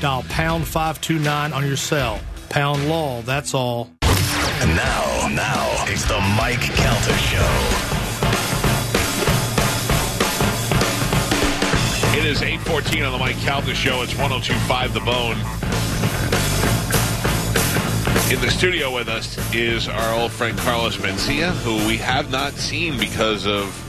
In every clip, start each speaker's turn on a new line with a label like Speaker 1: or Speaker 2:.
Speaker 1: Dial pound 529 on your cell. Pound law, that's all.
Speaker 2: And now, now, it's the Mike Calter Show.
Speaker 3: It is 814 on the Mike Calda Show. It's 1025 The Bone. In the studio with us is our old friend Carlos Mencia, who we have not seen because of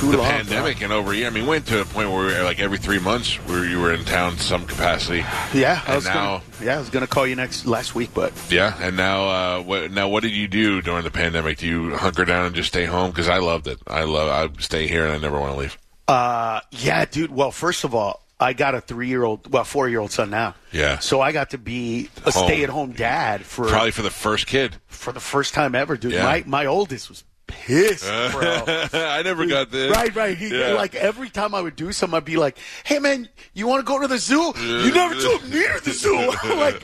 Speaker 4: Too
Speaker 3: the
Speaker 4: long,
Speaker 3: pandemic in over a year. I mean, we went to a point where we were like every three months where you were in town to some capacity.
Speaker 4: Yeah,
Speaker 3: And
Speaker 4: I was
Speaker 3: now-
Speaker 4: gonna, yeah, I was gonna call you next last week, but
Speaker 3: Yeah, and now, uh, what, now, what did you do during the pandemic? Do you hunker down and just stay home? Because I loved it. I love. I stay here and I never want to leave.
Speaker 4: uh, yeah, dude. Well, first of all, I got a three-year-old, well, four-year-old son now.
Speaker 3: Yeah.
Speaker 4: So I got to be a
Speaker 3: Home.
Speaker 4: stay-at-home dad for
Speaker 3: Probably for the first kid.
Speaker 4: for the first time ever, dude.
Speaker 3: Yeah. Uh.
Speaker 4: My my oldest was pissed, bro.
Speaker 3: I never got this.
Speaker 4: Right, right. He,
Speaker 3: Yeah.
Speaker 4: Like every time I would do something, I'd be like, "Hey, man, you want to go to the zoo? You never took me to the zoo." like,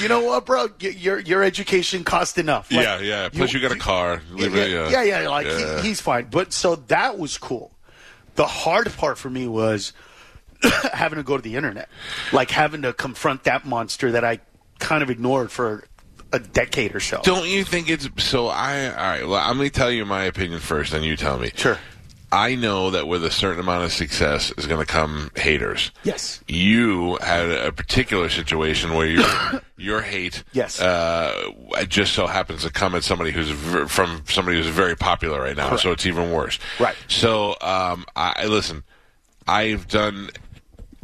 Speaker 4: you know what, bro? Y- Your your education cost enough. Like,
Speaker 3: yeah, yeah. Plus, you, got a car.
Speaker 4: Yeah,
Speaker 3: Leave it-
Speaker 4: yeah, yeah, yeah, like He, he's fine. But so that was cool. The hard part for me was having to go to the internet, like having to confront that monster that I kind of ignored for a decade or so.
Speaker 3: Don't you think it's so? I all right. Well, I'm going to tell you my opinion first, and you tell me.
Speaker 4: Sure.
Speaker 3: I know that with a certain amount of success is going to come haters.
Speaker 4: Yes.
Speaker 3: You had a particular situation where your your hate,
Speaker 4: Yes.
Speaker 3: uh, just so happens to come at somebody who's ver- from somebody who's very popular right now. So it's even worse.
Speaker 4: Right.
Speaker 3: So, um, I listen. I've done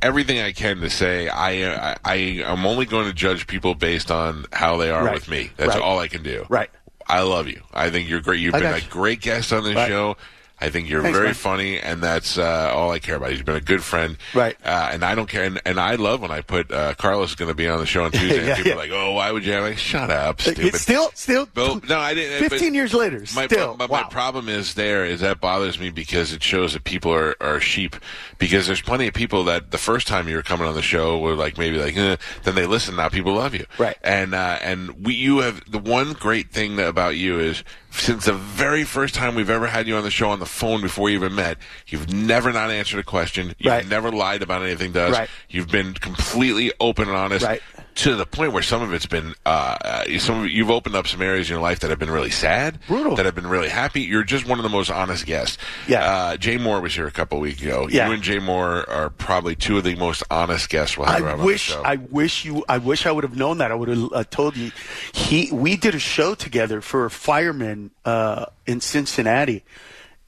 Speaker 3: everything I can to say I I, I am only going to judge people based on how they are
Speaker 4: Right.
Speaker 3: with me. That's
Speaker 4: Right.
Speaker 3: all I can do.
Speaker 4: Right.
Speaker 3: I love you. I think you're great. You've
Speaker 4: I
Speaker 3: been
Speaker 4: got
Speaker 3: a
Speaker 4: you.
Speaker 3: great guest on this
Speaker 4: Right.
Speaker 3: show. I think you're
Speaker 4: Thanks,
Speaker 3: very
Speaker 4: man.
Speaker 3: funny, and that's uh, all I care about. You've been a good friend,
Speaker 4: Right.
Speaker 3: Uh, and I don't care, and, and I love when I put uh, Carlos is going to be on the show on Tuesday.
Speaker 4: Yeah,
Speaker 3: and people
Speaker 4: yeah.
Speaker 3: are like, "Oh, why would you?" I'm like, "Shut up,
Speaker 4: It-
Speaker 3: stupid."
Speaker 4: It's still, still.
Speaker 3: Well, no, I didn't. but
Speaker 4: Fifteen years later,
Speaker 3: My,
Speaker 4: still.
Speaker 3: but
Speaker 4: wow.
Speaker 3: my problem is there is that bothers me because it shows that people are, are sheep. Because there's plenty of people that the first time you were coming on the show were like maybe like eh, then they listen now people love you
Speaker 4: Right.
Speaker 3: and uh, and we you have the one great thing that, about you is since the very first time we've ever had you on the show on the phone before you even met you've never not answered a question you've
Speaker 4: Right.
Speaker 3: never lied about anything to us
Speaker 4: Right.
Speaker 3: you've been completely open and honest
Speaker 4: Right.
Speaker 3: to the point where some of it's been uh, uh, some of, you've opened up some areas in your life that have been really sad,
Speaker 4: Brutal.
Speaker 3: that have been really happy. You're just one of the most honest guests.
Speaker 4: Yeah.
Speaker 3: Uh, Jay Moore was here a couple weeks ago.
Speaker 4: Yeah.
Speaker 3: You and Jay Moore are probably two of the most honest guests we'll have
Speaker 4: I
Speaker 3: on
Speaker 4: wish,
Speaker 3: the show.
Speaker 4: I wish you, I wish I would have known that. I would have uh, told you. He, we did a show together for firemen uh, in Cincinnati,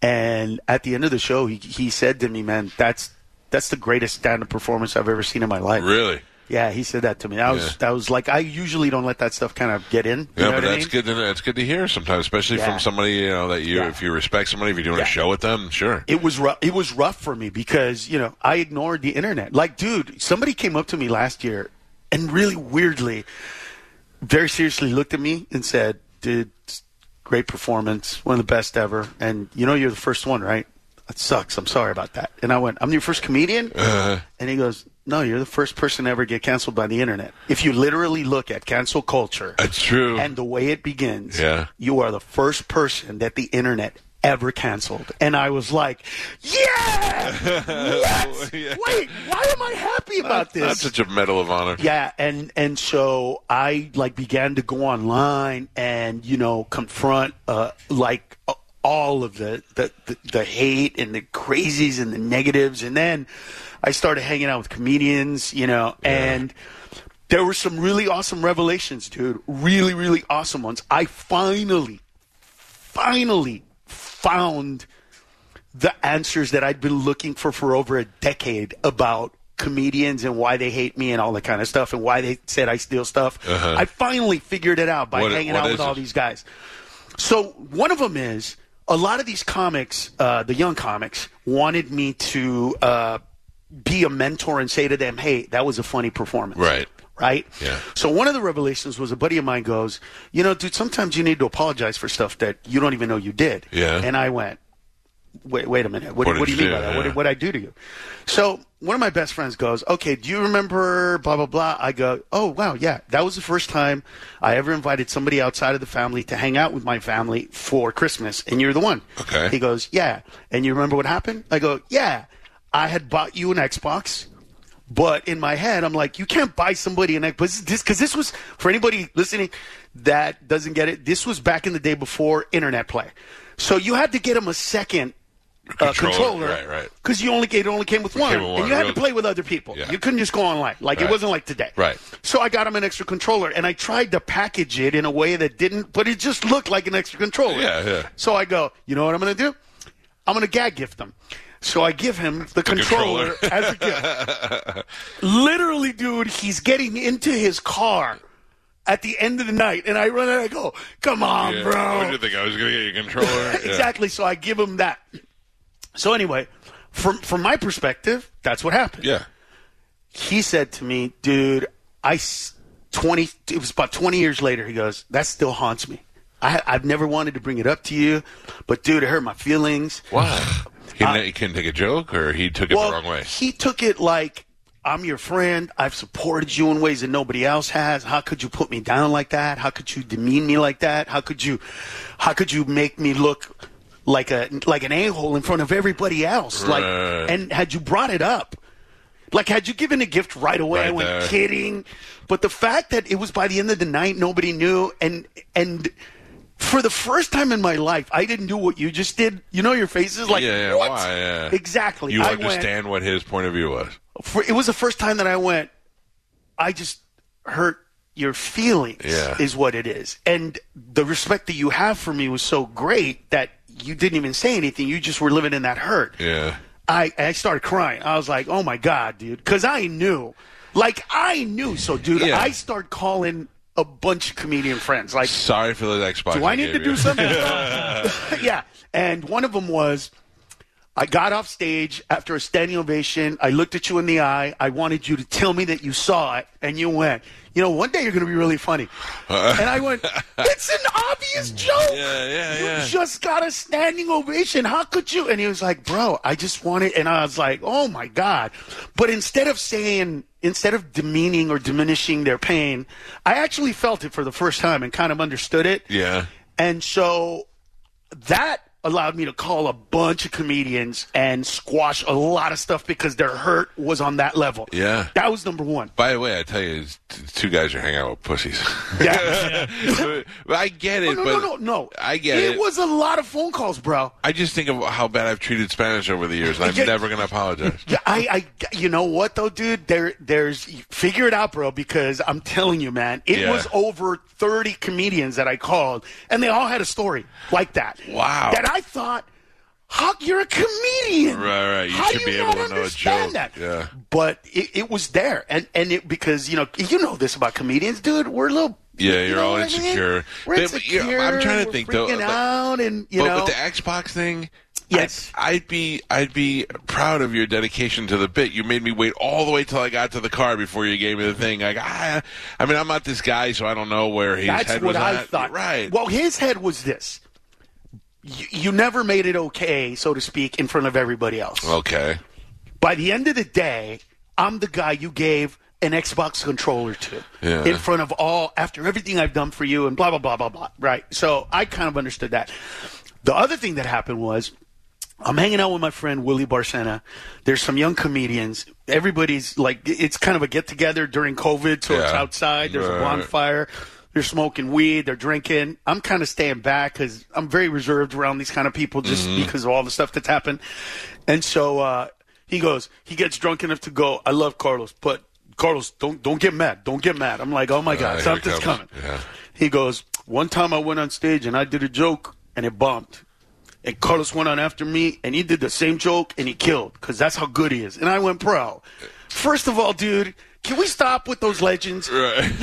Speaker 4: and at the end of the show, he, he said to me, "Man, that's that's the greatest stand-up performance I've ever seen in my life."
Speaker 3: really.
Speaker 4: Yeah, he said that to me. I was,
Speaker 3: Yeah.
Speaker 4: I was like, I usually don't let that stuff kind of get in. You
Speaker 3: Yeah,
Speaker 4: know
Speaker 3: but
Speaker 4: what I
Speaker 3: that's
Speaker 4: mean?
Speaker 3: good. To, that's good to hear sometimes, especially
Speaker 4: Yeah.
Speaker 3: from somebody you know that you,
Speaker 4: Yeah.
Speaker 3: if you respect somebody, if you're doing
Speaker 4: Yeah.
Speaker 3: a show with them, sure.
Speaker 4: it was rough. It was rough for me because you know I ignored the internet. Like, dude, somebody came up to me last year and really weirdly, very seriously looked at me and said, "Dude, it's great performance, one of the best ever." And you know, you're the first one, right? That sucks. I'm sorry about that. And I went, "I'm your first comedian,"
Speaker 3: Uh-huh.
Speaker 4: and he goes. No, you're the first person to ever get canceled by the internet. If you literally look at cancel culture,
Speaker 3: That's true.
Speaker 4: and the way it begins,
Speaker 3: Yeah.
Speaker 4: you are the first person that the internet ever canceled. And I was like, yeah! Yes!
Speaker 3: Yeah.
Speaker 4: Wait, why am I happy about this?
Speaker 3: that's such a medal of honor.
Speaker 4: yeah, and and so I like began to go online and you know confront uh like uh, all of the, the the the hate and the crazies and the negatives and then I started hanging out with comedians, you know, and there were some really awesome revelations, dude. Really, really awesome ones. I finally, finally found the answers that I'd been looking for for over a decade about comedians and why they hate me and all that kind of stuff and why they said I steal stuff. I finally figured it out by
Speaker 3: Uh-huh. What-
Speaker 4: hanging
Speaker 3: what
Speaker 4: out
Speaker 3: is
Speaker 4: with all
Speaker 3: it?
Speaker 4: these guys. So one of them is a lot of these comics, uh, the young comics, wanted me to uh, be a mentor and say to them, hey, that was a funny performance.
Speaker 3: Right.
Speaker 4: Right?
Speaker 3: Yeah.
Speaker 4: So one of the revelations was a buddy of mine goes, you know, dude, sometimes you need to apologize for stuff that you don't even know you did.
Speaker 3: Yeah.
Speaker 4: And I went, wait, wait a minute. What,
Speaker 3: What
Speaker 4: what,
Speaker 3: did
Speaker 4: do you
Speaker 3: you
Speaker 4: mean by
Speaker 3: do?
Speaker 4: that? What,
Speaker 3: Yeah.
Speaker 4: did, what I do to you? So one of my best friends goes, okay, do you remember blah, blah, blah? I go, oh, wow, yeah. That was the first time I ever invited somebody outside of the family to hang out with my family for Christmas, and you're the one.
Speaker 3: Okay.
Speaker 4: He goes, yeah. And you remember what happened? I go, yeah. I had bought you an Xbox. But in my head, I'm like, you can't buy somebody an Xbox. This, because this was, for anybody listening that doesn't get it, this was back in the day before internet play. So you had to get him a second uh,
Speaker 3: Controller,
Speaker 4: controller,
Speaker 3: right, right.
Speaker 4: Because you only it only came with one,
Speaker 3: came with one,
Speaker 4: and you had
Speaker 3: really.
Speaker 4: to play with other people.
Speaker 3: Yeah.
Speaker 4: You couldn't just go online. Like
Speaker 3: Right.
Speaker 4: it wasn't like today.
Speaker 3: Right.
Speaker 4: So I got him an extra controller, and I tried to package it in a way that didn't, but it just looked like an extra controller.
Speaker 3: Yeah, yeah.
Speaker 4: So I go, you know what I'm going to do? I'm going to gag gift him. So I give him the,
Speaker 3: controller.
Speaker 4: controller as a gift. Literally, dude, he's getting into his car at the end of the night, and I run and I go, "Come on,
Speaker 3: Yeah.
Speaker 4: bro!"
Speaker 3: What did you think? I was going to get your controller? Yeah.
Speaker 4: exactly. So I give him that. So anyway, from from my perspective, that's what happened.
Speaker 3: Yeah.
Speaker 4: He said to me, "Dude, I s- twenty. It was about twenty years later. He goes, that still haunts me. I, I've never wanted to bring it up to you, but dude, it hurt my feelings.
Speaker 3: Why? He, ne- he couldn't take a joke, or he took it
Speaker 4: well,
Speaker 3: the wrong way.
Speaker 4: He took it like." I'm your friend. I've supported you in ways that nobody else has. How could you put me down like that? How could you demean me like that? How could you, how could you make me look like a like an a hole in front of everybody else? Like,
Speaker 3: Right.
Speaker 4: and had you brought it up, like had you given a gift right away, I
Speaker 3: Right
Speaker 4: went
Speaker 3: there.
Speaker 4: kidding. But the fact that it was by the end of the night, nobody knew, and and for the first time in my life, I didn't do what you just did. You know your faces, like
Speaker 3: yeah, yeah,
Speaker 4: what?
Speaker 3: why? Yeah.
Speaker 4: Exactly.
Speaker 3: You
Speaker 4: I went-
Speaker 3: understand what his point of view was.
Speaker 4: for, it was the first time that I went, I just hurt your feelings,
Speaker 3: Yeah.
Speaker 4: is what it is. And the respect that you have for me was so great that you didn't even say anything. You just were living in that hurt.
Speaker 3: Yeah.
Speaker 4: I, I started crying. I was like, oh my God, dude. Because I knew. Like, I knew. So, dude,
Speaker 3: Yeah.
Speaker 4: I start calling a bunch of comedian friends. Like,
Speaker 3: Sorry for the Xbox.
Speaker 4: do I
Speaker 3: I
Speaker 4: need to
Speaker 3: gave
Speaker 4: do
Speaker 3: you.
Speaker 4: something? yeah. And one of them was I got off stage after a standing ovation. I looked at you in the eye. I wanted you to tell me that you saw it, and you went, you know, one day you're going to be really funny. and I went, it's an obvious joke.
Speaker 3: Uh, Yeah, yeah,
Speaker 4: you
Speaker 3: yeah.
Speaker 4: just got a standing ovation. How could you? And he was like, bro, I just wanted, and I was like, oh my God. But instead of saying, instead of demeaning or diminishing their pain, I actually felt it for the first time and kind of understood it.
Speaker 3: Yeah.
Speaker 4: And so that allowed me to call a bunch of comedians and squash a lot of stuff because their hurt was on that level.
Speaker 3: Yeah.
Speaker 4: That was number one.
Speaker 3: By the way, I tell you, t- two guys are hanging out with pussies.
Speaker 4: Yeah.
Speaker 3: but, but I get it.
Speaker 4: Oh, no, no,
Speaker 3: but
Speaker 4: no, no, no.
Speaker 3: I get it.
Speaker 4: it. was a lot of phone calls, bro.
Speaker 3: I just think of how bad I've treated Spanish over the years, and I'm
Speaker 4: Yeah.
Speaker 3: never going to apologize.
Speaker 4: Yeah, I, I, you know what though, dude? There, there's figure it out, bro. Because I'm telling you, man, it
Speaker 3: Yeah.
Speaker 4: was over 30 comedians that I called, and they all had a story like that.
Speaker 3: Wow.
Speaker 4: That I thought, how you're a comedian,
Speaker 3: Right, right. You
Speaker 4: How
Speaker 3: should
Speaker 4: do
Speaker 3: be
Speaker 4: not
Speaker 3: able to know a
Speaker 4: understand
Speaker 3: joke.
Speaker 4: That?
Speaker 3: Yeah.
Speaker 4: But it, it was there, and and it because you know you know this about comedians, dude. We're a little.
Speaker 3: Yeah,
Speaker 4: you
Speaker 3: you're
Speaker 4: know
Speaker 3: all
Speaker 4: what I mean?
Speaker 3: insecure.
Speaker 4: We're
Speaker 3: They-
Speaker 4: insecure.
Speaker 3: yeah, I'm trying to
Speaker 4: we're
Speaker 3: think, though,
Speaker 4: freaking
Speaker 3: like-
Speaker 4: out, and you
Speaker 3: but
Speaker 4: know,
Speaker 3: with the Xbox thing,
Speaker 4: Yes.
Speaker 3: I'd, I'd be I'd be proud of your dedication to the bit. You made me wait all the way till I got to the car before you gave me the thing. Like, ah, I mean, I'm not this guy, so I don't know where his
Speaker 4: That's
Speaker 3: head
Speaker 4: what
Speaker 3: was
Speaker 4: I
Speaker 3: at.
Speaker 4: thought.
Speaker 3: Right.
Speaker 4: Well, his head was this. You, you never made it okay, so to speak, in front of everybody else.
Speaker 3: okay.
Speaker 4: By the end of the day, I'm the guy you gave an Xbox controller to
Speaker 3: Yeah.
Speaker 4: in front of all after everything I've done for you and blah blah blah blah blah. Right. So I kind of understood that. The other thing that happened was I'm hanging out with my friend Willie Barcena. There's some young comedians. Everybody's like it's kind of a get together during COVID, so it's
Speaker 3: Yeah.
Speaker 4: outside. There's
Speaker 3: Right.
Speaker 4: a bonfire. They're smoking weed. They're drinking. I'm kind of staying back because I'm very reserved around these kind of people just
Speaker 3: Mm-hmm.
Speaker 4: because of all the stuff that's happened. And so uh, he goes. He gets drunk enough to go. I love Carlos, but Carlos, don't don't get mad. Don't get mad. I'm like, oh my
Speaker 3: Uh, here
Speaker 4: god,
Speaker 3: it
Speaker 4: something's
Speaker 3: comes.
Speaker 4: coming.
Speaker 3: Yeah.
Speaker 4: He goes. One time I went on stage and I did a joke and it bombed. And Carlos went on after me, and he did the same joke, and he killed because that's how good he is. And I went pro. First of all, dude, can we stop with those legends?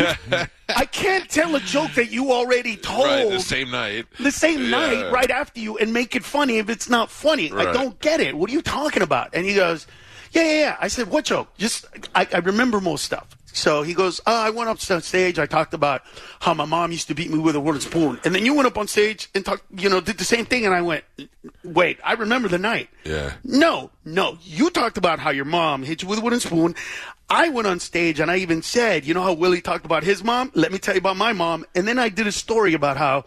Speaker 4: I can't tell a joke that you already told
Speaker 3: Right. The same night.
Speaker 4: the same
Speaker 3: Yeah.
Speaker 4: night right after you and make it funny if it's not funny.
Speaker 3: Right.
Speaker 4: I don't get it. What are you talking about? And he goes, yeah, yeah, yeah. I said, what joke? Just, I, I remember most stuff. So he goes, oh, I went up on stage. I talked about how my mom used to beat me with a wooden spoon. And then you went up on stage and talked, you know, did the same thing. And I went, wait, I remember the night.
Speaker 3: Yeah.
Speaker 4: No, no. You talked about how your mom hit you with a wooden spoon. I went on stage and I even said, you know how Willie talked about his mom? Let me tell you about my mom. And then I did a story about how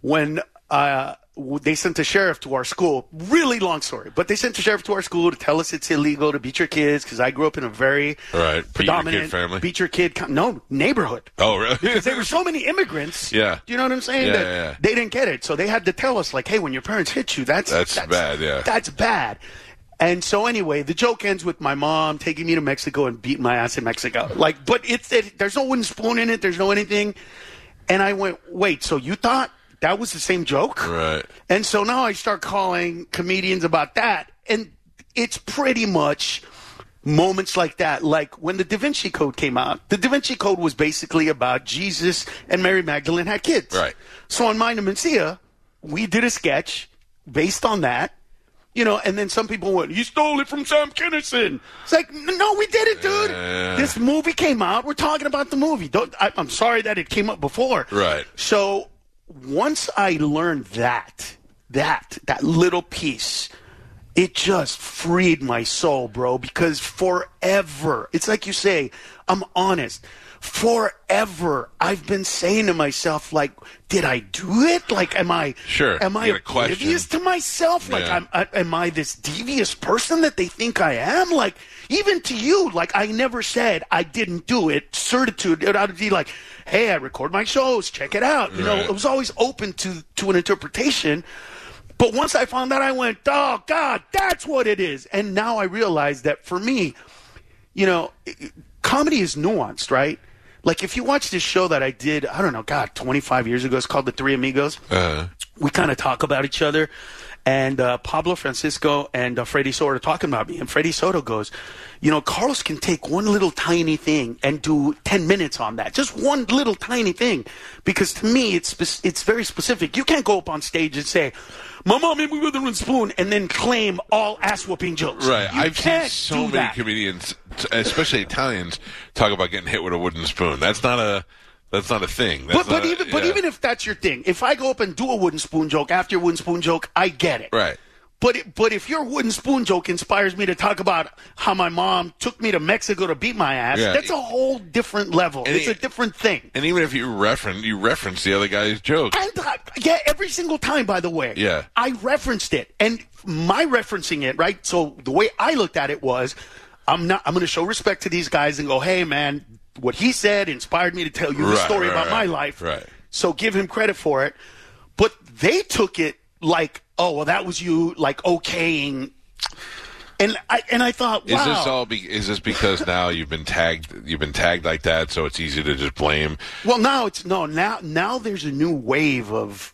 Speaker 4: when uh, w- they sent a sheriff to our school, really long story, but they sent a sheriff to our school to tell us it's illegal to beat your kids because I grew up in a very
Speaker 3: Right. Beat your
Speaker 4: predominant
Speaker 3: kid family.
Speaker 4: beat your kid, co- no, neighborhood.
Speaker 3: Oh, really?
Speaker 4: Because there were so many immigrants.
Speaker 3: Yeah.
Speaker 4: Do you know what I'm saying?
Speaker 3: Yeah,
Speaker 4: that
Speaker 3: yeah, yeah.
Speaker 4: They didn't get it. So they had to tell us, like, hey, when your parents hit you, that's
Speaker 3: That's bad, yeah.
Speaker 4: That's bad. And so anyway, the joke ends with my mom taking me to Mexico and beating my ass in Mexico. Like, but it's it, there's no wooden spoon in it. There's no anything. And I went, wait, so you thought that was the same joke?
Speaker 3: Right.
Speaker 4: And so now I start calling comedians about that, and it's pretty much moments like that. Like when the Da Vinci Code came out, the Da Vinci Code was basically about Jesus and Mary Magdalene had kids.
Speaker 3: Right.
Speaker 4: So on Mind of Mencia, we did a sketch based on that. You know, and then some people went, "You stole it from Sam Kinison." It's like, "N- no, we did it, dude. This movie came out. We're talking about the movie. Don't, I, I'm sorry that it came up before.
Speaker 3: Right.
Speaker 4: So once I learned that, that, that little piece, it just freed my soul, bro, because forever, it's like you say, I'm honest. Forever, I've been saying to myself, like, did I do it? Like, am I
Speaker 3: Sure.
Speaker 4: Am I
Speaker 3: You got a question.
Speaker 4: oblivious to myself? Like,
Speaker 3: Yeah.
Speaker 4: I'm, I, am I this devious person that they think I am? Like, even to you, like, I never said I didn't do it. Certitude, it would be like, hey, I record my shows, check it out. You know,
Speaker 3: Right.
Speaker 4: it was always open to to an interpretation. But once I found that, I went, oh God, that's what it is. And now I realize that for me, you know, it- it- comedy is nuanced, right? Like if you watch this show that I did, I don't know, God, 25 years ago, it's called The Three Amigos
Speaker 3: Uh,
Speaker 4: we kind of talk about each other. And uh, Pablo Francisco and uh, Freddy Soto are talking about me. And Freddy Soto goes, You know, Carlos can take one little tiny thing and do 10 minutes on that. Just one little tiny thing. Because to me, it's spec- it's very specific. You can't go up on stage and say, My mom hit me with a wooden spoon, and then claim all ass whooping jokes.
Speaker 3: right.
Speaker 4: You
Speaker 3: I've seen
Speaker 4: can't
Speaker 3: so
Speaker 4: do
Speaker 3: many
Speaker 4: that.
Speaker 3: comedians, t- especially Italians, talk about getting hit with a wooden spoon. That's not a. That's not a thing. That's
Speaker 4: But, but
Speaker 3: not a-
Speaker 4: even but
Speaker 3: yeah.
Speaker 4: even if that's your thing, if I go up and do a wooden spoon joke after a wooden spoon joke, I get it.
Speaker 3: Right.
Speaker 4: But it, but if your wooden spoon joke inspires me to talk about how my mom took me to Mexico to beat my ass,
Speaker 3: Yeah.
Speaker 4: that's a whole different level.
Speaker 3: And
Speaker 4: it's
Speaker 3: it-
Speaker 4: a different thing.
Speaker 3: and even if you reference you reference the other guy's joke.
Speaker 4: And I, yeah, every single time, by the way.
Speaker 3: Yeah.
Speaker 4: I referenced it, and my referencing it, right? So the way I looked at it was, I'm not. I'm going to show respect to these guys and go, hey, man, what he said inspired me to tell you the
Speaker 3: Right,
Speaker 4: story
Speaker 3: right,
Speaker 4: about my
Speaker 3: right,
Speaker 4: life.
Speaker 3: right.
Speaker 4: So give him credit for it. But they took it like, oh, well, that was you, like okaying. And I and I thought, wow.
Speaker 3: Is this all? Be, is this because now you've been tagged? You've been tagged like that, so it's easy to just blame.
Speaker 4: Well, now it's no now now there's a new wave of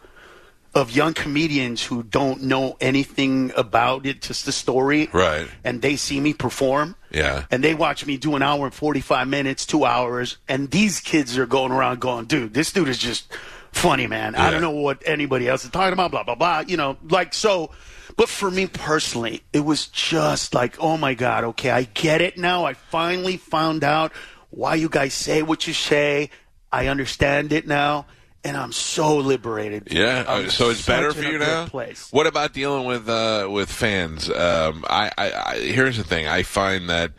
Speaker 4: of young comedians who don't know anything about it, just the story,
Speaker 3: Right.
Speaker 4: And they see me perform,
Speaker 3: Yeah.
Speaker 4: and they watch me do an hour and forty five minutes, two hours, and these kids are going around going, "Dude, this dude is just funny, man. I
Speaker 3: Yeah.
Speaker 4: don't know what anybody else is talking about, blah blah blah." You know, like so. But for me personally, it was just like, oh my God, okay, I get it now. I finally found out why you guys say what you say. I understand it now, and I'm so liberated.
Speaker 3: Yeah,
Speaker 4: I'm
Speaker 3: uh, so it's
Speaker 4: such
Speaker 3: better
Speaker 4: in
Speaker 3: for
Speaker 4: a
Speaker 3: you
Speaker 4: good
Speaker 3: now.
Speaker 4: Place.
Speaker 3: What about dealing with uh, with fans? Um, I, I, I here's the thing. I find that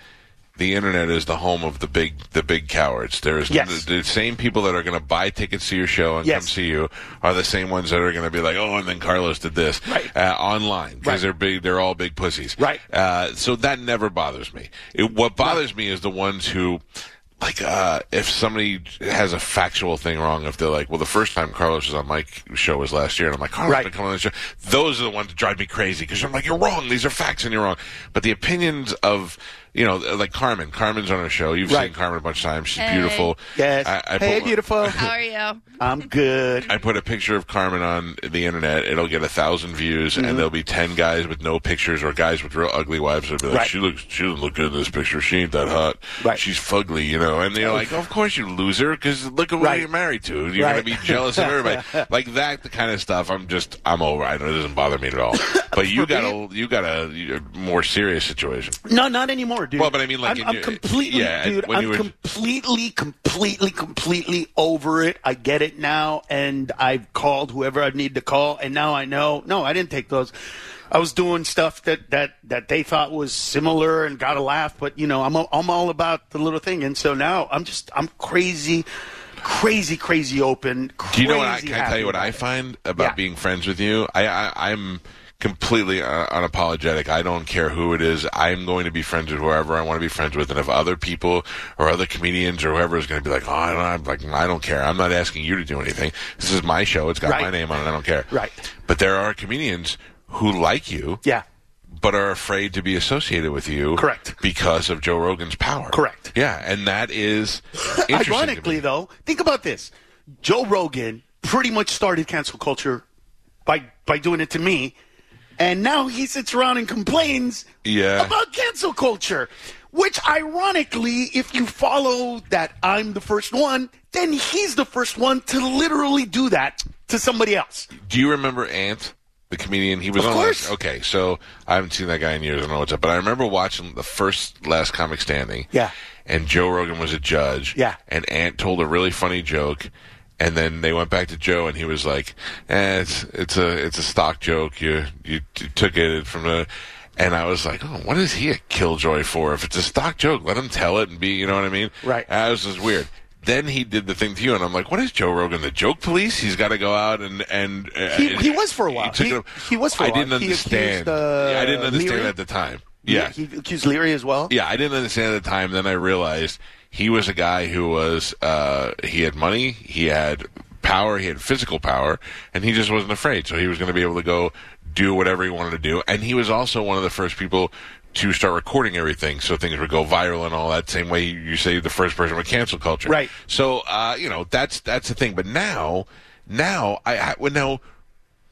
Speaker 3: the internet is the home of the big the big cowards. There's
Speaker 4: Yes.
Speaker 3: the, the same people that are going to buy tickets to your show and
Speaker 4: Yes.
Speaker 3: come see you are the same ones that are going to be like, oh, and then Carlos did this
Speaker 4: Right.
Speaker 3: uh, online because
Speaker 4: Right.
Speaker 3: they're big. They're all big pussies.
Speaker 4: Right.
Speaker 3: Uh, so that never bothers me. It, what bothers me is the ones who, like, uh, if somebody has a factual thing wrong, if they're like, well, the first time Carlos was on my show was last year, and I'm like, Carlos
Speaker 4: Right.
Speaker 3: been coming on the show. Those are the ones that drive me crazy because I'm like, you're wrong. These are facts, and you're wrong. But the opinions of you know, like Carmen. Carmen's on her show. You've
Speaker 4: Right.
Speaker 3: seen Carmen a bunch of times. She's
Speaker 5: Hey.
Speaker 3: beautiful.
Speaker 4: Yes.
Speaker 3: I, I
Speaker 4: hey,
Speaker 3: put-
Speaker 4: beautiful.
Speaker 5: How are you?
Speaker 4: I'm good.
Speaker 3: I put a picture of Carmen on the internet. It'll get a thousand views,
Speaker 4: Mm-hmm.
Speaker 3: and there'll be ten guys with no pictures or guys with real ugly wives. That'll be like,
Speaker 4: Right.
Speaker 3: "She looks, she doesn't look good in this picture. She ain't that hot.
Speaker 4: Right.
Speaker 3: She's fugly, you know." And they're like, "Of course you loser, because look at what
Speaker 4: Right.
Speaker 3: you're married to. You're
Speaker 4: Right.
Speaker 3: gonna be jealous of everybody. like that, the kind of stuff. I'm just, I'm over. I know it doesn't bother me at all. But you got a, you got a, a more serious situation.
Speaker 4: No, not anymore, dude.
Speaker 3: Well, but I mean, like,
Speaker 4: I'm,
Speaker 3: in
Speaker 4: I'm
Speaker 3: your-
Speaker 4: completely,
Speaker 3: yeah,
Speaker 4: dude.
Speaker 3: when
Speaker 4: I'm
Speaker 3: you were-
Speaker 4: completely, completely, completely over it. I get it now, and I've called whoever I need to call, and now I know. No, I didn't take those. I was doing stuff that that that they thought was similar and got a laugh, but you know, I'm all- I'm all about the little thing, and so now I'm just I'm crazy, crazy, crazy open.
Speaker 3: Do you know what? I,
Speaker 4: crazy
Speaker 3: can I tell
Speaker 4: happy
Speaker 3: you what
Speaker 4: about
Speaker 3: I
Speaker 4: it.
Speaker 3: find about
Speaker 4: Yeah.
Speaker 3: being friends with you? I, I I'm completely uh, unapologetic. I don't care who it is. I'm going to be friends with whoever I want to be friends with, and if other people or other comedians or whoever is going to be like, oh, I don't, I'm like, I don't care. I'm not asking you to do anything. This is my show. It's got
Speaker 4: Right.
Speaker 3: my name on it. I don't care.
Speaker 4: Right.
Speaker 3: But there are comedians who like you.
Speaker 4: Yeah.
Speaker 3: But are afraid to be associated with you,
Speaker 4: Correct.
Speaker 3: Because of Joe Rogan's power,
Speaker 4: Correct.
Speaker 3: Yeah, and that is interesting to me.
Speaker 4: Ironically, though, think about this: Joe Rogan pretty much started cancel culture by by doing it to me, and now he sits around and complains
Speaker 3: Yeah.
Speaker 4: about cancel culture. Which, ironically, if you follow that I'm the first one, then he's the first one to literally do that to somebody else.
Speaker 3: Do you remember Ant, the comedian? He was
Speaker 4: Of
Speaker 3: on.
Speaker 4: course.
Speaker 3: okay, so I haven't seen that guy in years. I don't know what's up, but I remember watching the first Last Comic Standing.
Speaker 4: Yeah.
Speaker 3: And Joe Rogan was a judge.
Speaker 4: Yeah.
Speaker 3: And Ant told a really funny joke. And then they went back to Joe, and he was like, eh, "It's it's a it's a stock joke. You you t- took it from the." And I was like, "Oh, what is he a killjoy for? If it's a stock joke, let him tell it and be, you know what I mean?"
Speaker 4: Right.
Speaker 3: And I was just weird. Then he did the thing to you, and I'm like, "What is Joe Rogan? The joke police? He's got to go out and and uh,
Speaker 4: He- he was for a while.
Speaker 3: took
Speaker 4: He-
Speaker 3: it up.
Speaker 4: he was for a
Speaker 3: I
Speaker 4: while.
Speaker 3: didn't
Speaker 4: He accused,
Speaker 3: understand.
Speaker 4: uh,
Speaker 3: yeah, I didn't understand
Speaker 4: Leary?
Speaker 3: at the time. Yeah,
Speaker 4: He, he accused Leary as well.
Speaker 3: yeah, I didn't understand at the time. Then I realized he was a guy who was uh, he had money, he had power, he had physical power, and he just wasn't afraid. So he was going to be able to go do whatever he wanted to do. And he was also one of the first people to start recording everything, so things would go viral and all that. Same way you say the first person with cancel culture,
Speaker 4: Right.
Speaker 3: So uh, you know that's that's the thing. But now, now I, I well, now.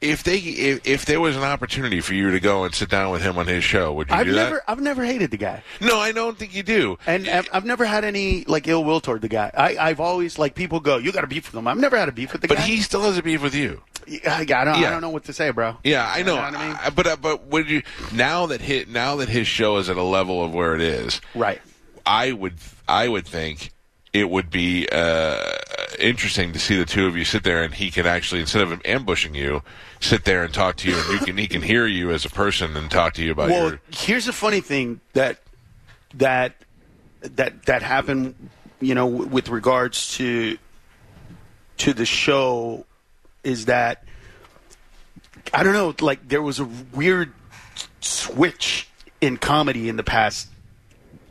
Speaker 3: If they if, if there was an opportunity for you to go and sit down with him on his show, would you
Speaker 4: I've
Speaker 3: do that?
Speaker 4: never, I've never hated the guy.
Speaker 3: No, I don't think you do.
Speaker 4: And I've, I've never had any like ill will toward the guy. I, I've always like people go, you got a beef with him. I've never had a beef with the
Speaker 3: But
Speaker 4: guy.
Speaker 3: he still has a beef with you.
Speaker 4: I, I don't,
Speaker 3: Yeah.
Speaker 4: I don't know what to say, bro.
Speaker 3: Yeah, I know.
Speaker 4: what I mean?
Speaker 3: I- but uh, but would you now that hit now that his show is at a level of where it is,
Speaker 4: Right.
Speaker 3: I would I would think it would be uh, interesting to see the two of you sit there and he can actually instead of him ambushing you, sit there and talk to you and you can he can hear you as a person and talk to you about
Speaker 4: Well,
Speaker 3: your
Speaker 4: here's the funny thing that that that that happened, you know, w- with regards to to the show is that I don't know, like there was a weird switch in comedy in the past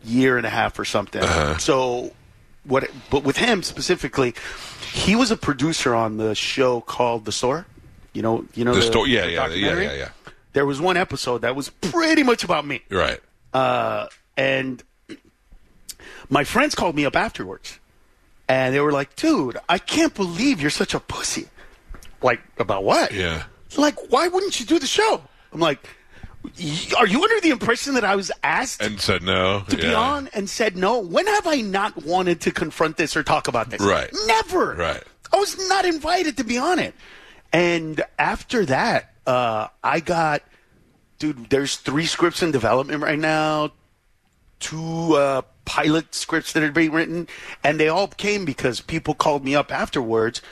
Speaker 4: year and a half or something.
Speaker 3: Uh-huh.
Speaker 4: So what but with him specifically, he was a producer on the show called The Store. You know, you know
Speaker 3: the story. Yeah,
Speaker 4: the
Speaker 3: yeah, yeah,
Speaker 4: documentary?
Speaker 3: yeah, yeah.
Speaker 4: there was one episode that was pretty much about me.
Speaker 3: You're right.
Speaker 4: Uh, and my friends called me up afterwards. And they were like, dude, I can't believe you're such a pussy. Like, about what?
Speaker 3: Yeah.
Speaker 4: Like, why wouldn't you do the show? I'm like, "Y- are you under the impression that I was asked
Speaker 3: And said no.
Speaker 4: to be on and said no? When have I not wanted to confront this or talk about this?
Speaker 3: Right.
Speaker 4: Never.
Speaker 3: Right.
Speaker 4: I was not invited to be on it. And after that, uh, I got, dude, there's three scripts in development right now, two uh, pilot scripts that are being written, and they all came because people called me up afterwards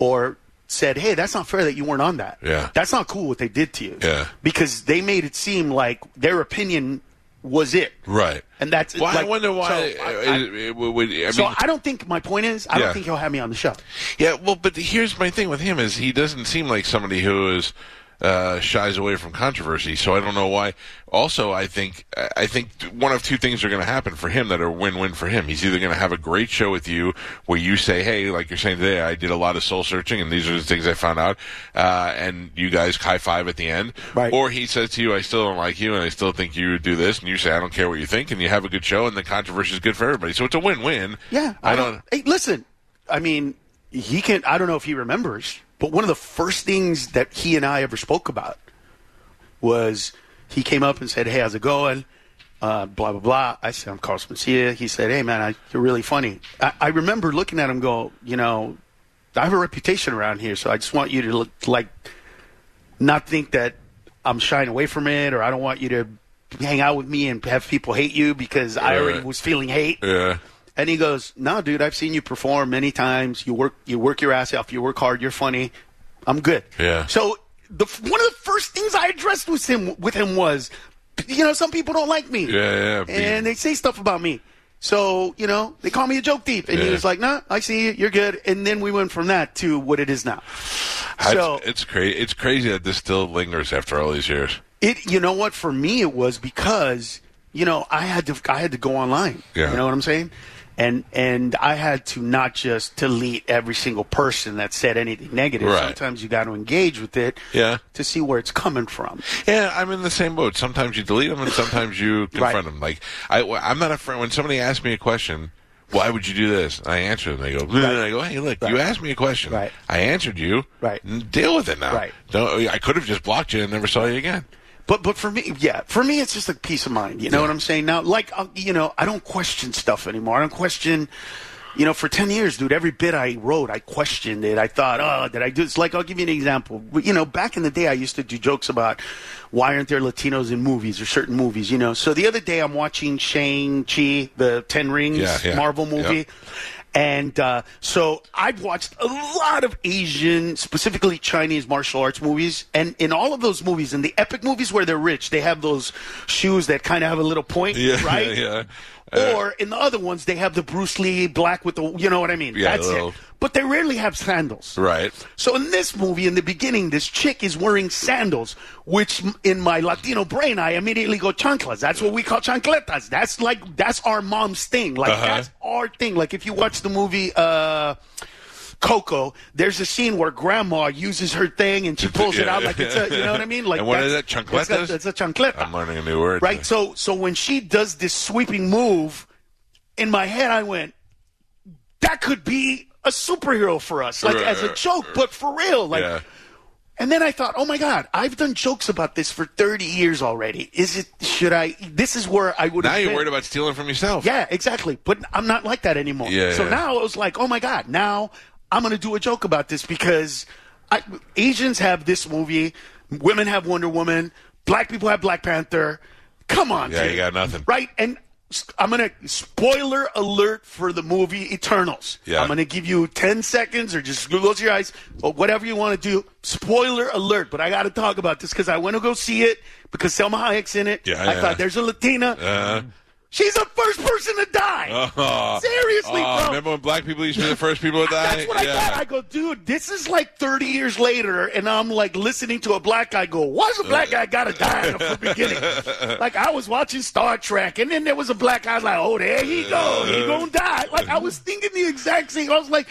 Speaker 4: or said, hey, that's not fair that you weren't on that.
Speaker 3: Yeah.
Speaker 4: That's not cool what they did to you.
Speaker 3: Yeah.
Speaker 4: Because they made it seem like their opinion was it.
Speaker 3: Right.
Speaker 4: And that's
Speaker 3: Well, I
Speaker 4: like-
Speaker 3: wonder why.
Speaker 4: So I,
Speaker 3: uh,
Speaker 4: I-
Speaker 3: it- it would- I mean-
Speaker 4: so I don't think my point is I
Speaker 3: Yeah.
Speaker 4: don't think he'll have me on the show.
Speaker 3: Yeah, well, but here's my thing with him is he doesn't seem like somebody who is uh, shies away from controversy. So I don't know why. Also, I think I think one of two things are going to happen for him that are win-win for him. He's either going to have a great show with you where you say, "Hey, like you're saying today, I did a lot of soul searching, and these are the things I found out," uh, and you guys high five at the end,
Speaker 4: Right.
Speaker 3: or he says to you, "I still don't like you, and I still think you would do this," and you say, "I don't care what you think," and you have a good show, and the controversy is good for everybody. So it's a win-win.
Speaker 4: Yeah,
Speaker 3: I don't.
Speaker 4: Hey, listen, I mean, he can. I don't know if he remembers, but one of the first things that he and I ever spoke about was he came up and said, "Hey, how's it going?" Uh, blah blah blah. I said, "I'm Carlos Mencia." He said, "Hey, man, I, you're really funny." I, I remember looking at him, go, you know, I have a reputation around here, so I just want you to look, like not think that I'm shying away from it, or I don't want you to hang out with me and have people hate you because I already
Speaker 3: Right.
Speaker 4: was feeling hate.
Speaker 3: Yeah.
Speaker 4: And he goes, "No, dude, I've seen you perform many times. You work, you work your ass off. You work hard. You're funny. I'm good."
Speaker 3: Yeah.
Speaker 4: So the one of the first things I addressed with him with him was, you know, some people don't like me.
Speaker 3: Yeah, yeah, be-
Speaker 4: And they say stuff about me. So you know, they call me a joke thief. And he
Speaker 3: Yeah.
Speaker 4: was like, "Nah, I see you. You're good." And then we went from that to what it is now.
Speaker 3: I-
Speaker 4: So
Speaker 3: it's crazy. It's crazy that this still lingers after all these years.
Speaker 4: It, you know what? For me, it was because you know I had to I had to go online.
Speaker 3: Yeah.
Speaker 4: You know what I'm saying? And and I had to not just delete every single person that said anything negative.
Speaker 3: Right.
Speaker 4: Sometimes you got to engage with it.
Speaker 3: Yeah.
Speaker 4: To see where it's coming from.
Speaker 3: Yeah, I'm in the same boat. Sometimes you delete them, and sometimes you confront
Speaker 4: Right.
Speaker 3: them. Like I, I'm not a friend. When somebody asks me a question, why would you do this? I answer them. They go, and I go, hey, look, you asked me a question.
Speaker 4: Right.
Speaker 3: I answered you.
Speaker 4: Right.
Speaker 3: N- Deal with it now.
Speaker 4: Right.
Speaker 3: Don't, I could have just blocked you and never saw you again.
Speaker 4: But but for me, yeah, for me, it's just like peace of mind. You know what I'm saying? Now, like uh, you know, I don't question stuff anymore. I don't question. You know, for ten years, dude, every bit I wrote, I questioned it. I thought, oh, did I do? It's like I'll give you an example. But, You know, back in the day, I used to do jokes about why aren't there Latinos in movies or certain movies. You know, so the other day I'm watching Shang Chi, the Ten Rings
Speaker 3: Yeah, yeah.
Speaker 4: Marvel movie.
Speaker 3: Yep.
Speaker 4: And uh, so I've watched a lot of Asian, specifically Chinese martial arts movies. And in all of those movies, in the epic movies where they're rich, they have those shoes that kind of have a little point,
Speaker 3: Yeah, Uh,
Speaker 4: right?
Speaker 3: yeah, yeah.
Speaker 4: or in the other ones, they have the Bruce Lee black with the, you know what I mean?
Speaker 3: Yeah,
Speaker 4: That's
Speaker 3: little-
Speaker 4: it. But they rarely have sandals.
Speaker 3: Right.
Speaker 4: So in this movie, in the beginning, this chick is wearing sandals, which m- in my Latino brain, I immediately go chanclas. That's what we call chancletas. That's like that's our mom's thing. Like
Speaker 3: Uh-huh.
Speaker 4: that's our thing. Like if you watch the movie. uh Coco, there's a scene where grandma uses her thing and she pulls it
Speaker 3: Yeah.
Speaker 4: out like it's a, you know what I mean? Like
Speaker 3: And what is
Speaker 4: that's-
Speaker 3: that,
Speaker 4: that's got-
Speaker 3: chancletas?
Speaker 4: That's a chancleta.
Speaker 3: I'm learning a new word.
Speaker 4: Right. So so when she does this sweeping move, in my head I went, that could be a superhero for us, like
Speaker 3: Right,
Speaker 4: as a
Speaker 3: right,
Speaker 4: joke, but for real, like.
Speaker 3: Yeah.
Speaker 4: And then I thought, oh my God, I've done jokes about this for 30 years already. Is it? Should I? This is where I would.
Speaker 3: Now
Speaker 4: have
Speaker 3: you're
Speaker 4: been.
Speaker 3: worried about stealing from yourself.
Speaker 4: Yeah, exactly. But I'm not like that anymore.
Speaker 3: Yeah,
Speaker 4: so
Speaker 3: yeah.
Speaker 4: now I was like, oh my God, now I'm going to do a joke about this because I, Asians have this movie, women have Wonder Woman, black people have Black Panther. Come on,
Speaker 3: Yeah,
Speaker 4: dude.
Speaker 3: you got nothing.
Speaker 4: Right? And s- I'm going to spoiler alert for the movie Eternals.
Speaker 3: Yeah.
Speaker 4: I'm going to give you 10 seconds or just close your eyes or whatever you want to do. Spoiler alert, but I got to talk about this because I want to go see it because Selma Hayek's in it.
Speaker 3: Yeah,
Speaker 4: I
Speaker 3: yeah.
Speaker 4: thought there's a Latina.
Speaker 3: Uh,
Speaker 4: She's the first person to die.
Speaker 3: oh,
Speaker 4: Seriously,
Speaker 3: oh,
Speaker 4: bro.
Speaker 3: Remember when black people used to be the first people to die?
Speaker 4: That's what
Speaker 3: yeah.
Speaker 4: I thought. I go, dude, this is like 30 years later, and I'm like listening to a black guy go, why's a black guy gotta die in the beginning? Like I was watching Star Trek, and then there was a black guy. I was like, oh, there he go, he gonna die. Like I was thinking the exact same. I was like,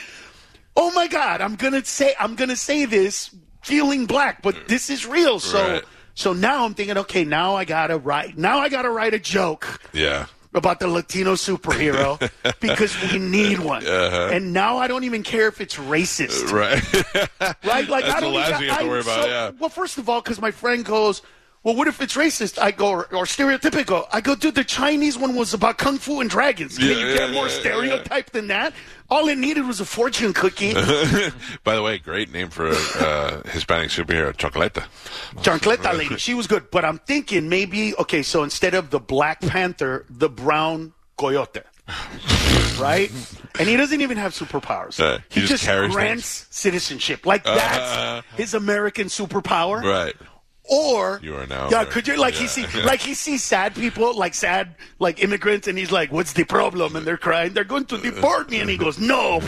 Speaker 4: oh my god, I'm gonna say, I'm gonna say this feeling black, but this is real. So,
Speaker 3: Right.
Speaker 4: so now I'm thinking, okay, now I gotta write, now I gotta write a joke
Speaker 3: Yeah.
Speaker 4: about the Latino superhero because we need one. And now I don't even care if it's racist,
Speaker 3: Uh-huh. Right.
Speaker 4: right? Like
Speaker 3: That's
Speaker 4: I don't
Speaker 3: the last
Speaker 4: even,
Speaker 3: thing you have to
Speaker 4: I-
Speaker 3: worry about,
Speaker 4: so-
Speaker 3: yeah.
Speaker 4: Well, first of all, because my friend goes. Well, what if it's racist? I go or, or stereotypical. I go, dude. The Chinese one was about kung fu and dragons. Can
Speaker 3: Yeah,
Speaker 4: you
Speaker 3: yeah,
Speaker 4: get more
Speaker 3: yeah, yeah.
Speaker 4: stereotype than that? All it needed was a fortune cookie,
Speaker 3: By the way, great name for a uh, Hispanic superhero, Chocolata.
Speaker 4: chancleta lady. She was good, but I'm thinking maybe okay. So instead of the Black Panther, the brown coyote, right? And he doesn't even have superpowers.
Speaker 3: Uh,
Speaker 4: he,
Speaker 3: he
Speaker 4: just,
Speaker 3: just carries Uh,
Speaker 4: grants citizenship. Like that's his American superpower.
Speaker 3: Right.
Speaker 4: Or
Speaker 3: You are now
Speaker 4: yeah.
Speaker 3: there.
Speaker 4: Could you like he
Speaker 3: Yeah.
Speaker 4: see like he sees sad people like sad like immigrants and he's like, what's the problem? And they're crying. They're going to deport me. And he goes, no.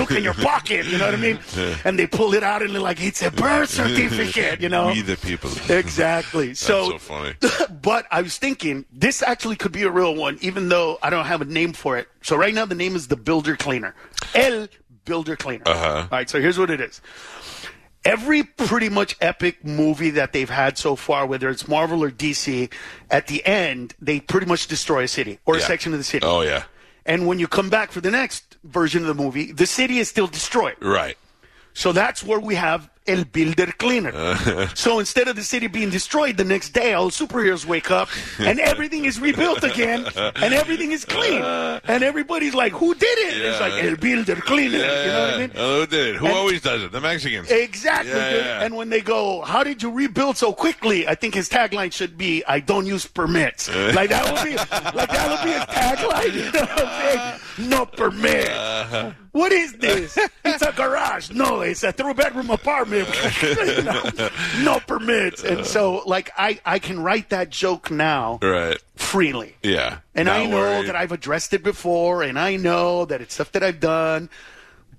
Speaker 4: Look in your pocket. You know what I mean? And they pull it out and they're like, it's a birth certificate. You know.
Speaker 3: We the people.
Speaker 4: Exactly.
Speaker 3: That's
Speaker 4: So,
Speaker 3: so funny.
Speaker 4: but I was thinking this actually could be a real one, even though I don't have a name for it. So right now the name is the Builder Cleaner. El Builder Cleaner.
Speaker 3: Uh-huh.
Speaker 4: All right. So here's what it is. Every pretty much epic movie that they've had so far, whether it's Marvel or DC, at the end they pretty much destroy a city or a
Speaker 3: Yeah.
Speaker 4: section of the city.
Speaker 3: Oh yeah,
Speaker 4: And when you come back for the next version of the movie, the city is still destroyed.
Speaker 3: right.
Speaker 4: So that's where we have El Builder
Speaker 3: Uh,
Speaker 4: Cleaner. so instead of the city being destroyed the next day, all superheroes wake up and everything is rebuilt again and everything is clean. And everybody's like, who did it? And It's
Speaker 3: Uh, Yeah.
Speaker 4: like El Builder Cleaner.
Speaker 3: Yeah,
Speaker 4: You know what I
Speaker 3: yeah.
Speaker 4: mean?
Speaker 3: Oh, who did it? Who
Speaker 4: And-
Speaker 3: always does it? The Mexicans.
Speaker 4: Exactly.
Speaker 3: Yeah,
Speaker 4: dude.
Speaker 3: yeah.
Speaker 4: And when they go, how did you rebuild so quickly? I think his tagline should be, I don't use permits. like that would be like that would be his tagline. You know what I'm saying? No permit.
Speaker 3: Uh-huh.
Speaker 4: What is this? It's a garage. No, it's a three bedroom apartment. You know? No permits. And so like I, I can write that joke now
Speaker 3: Right.
Speaker 4: freely.
Speaker 3: Yeah.
Speaker 4: And
Speaker 3: Not
Speaker 4: I know
Speaker 3: worried.
Speaker 4: that I've addressed it before, and I know that it's stuff that I've done.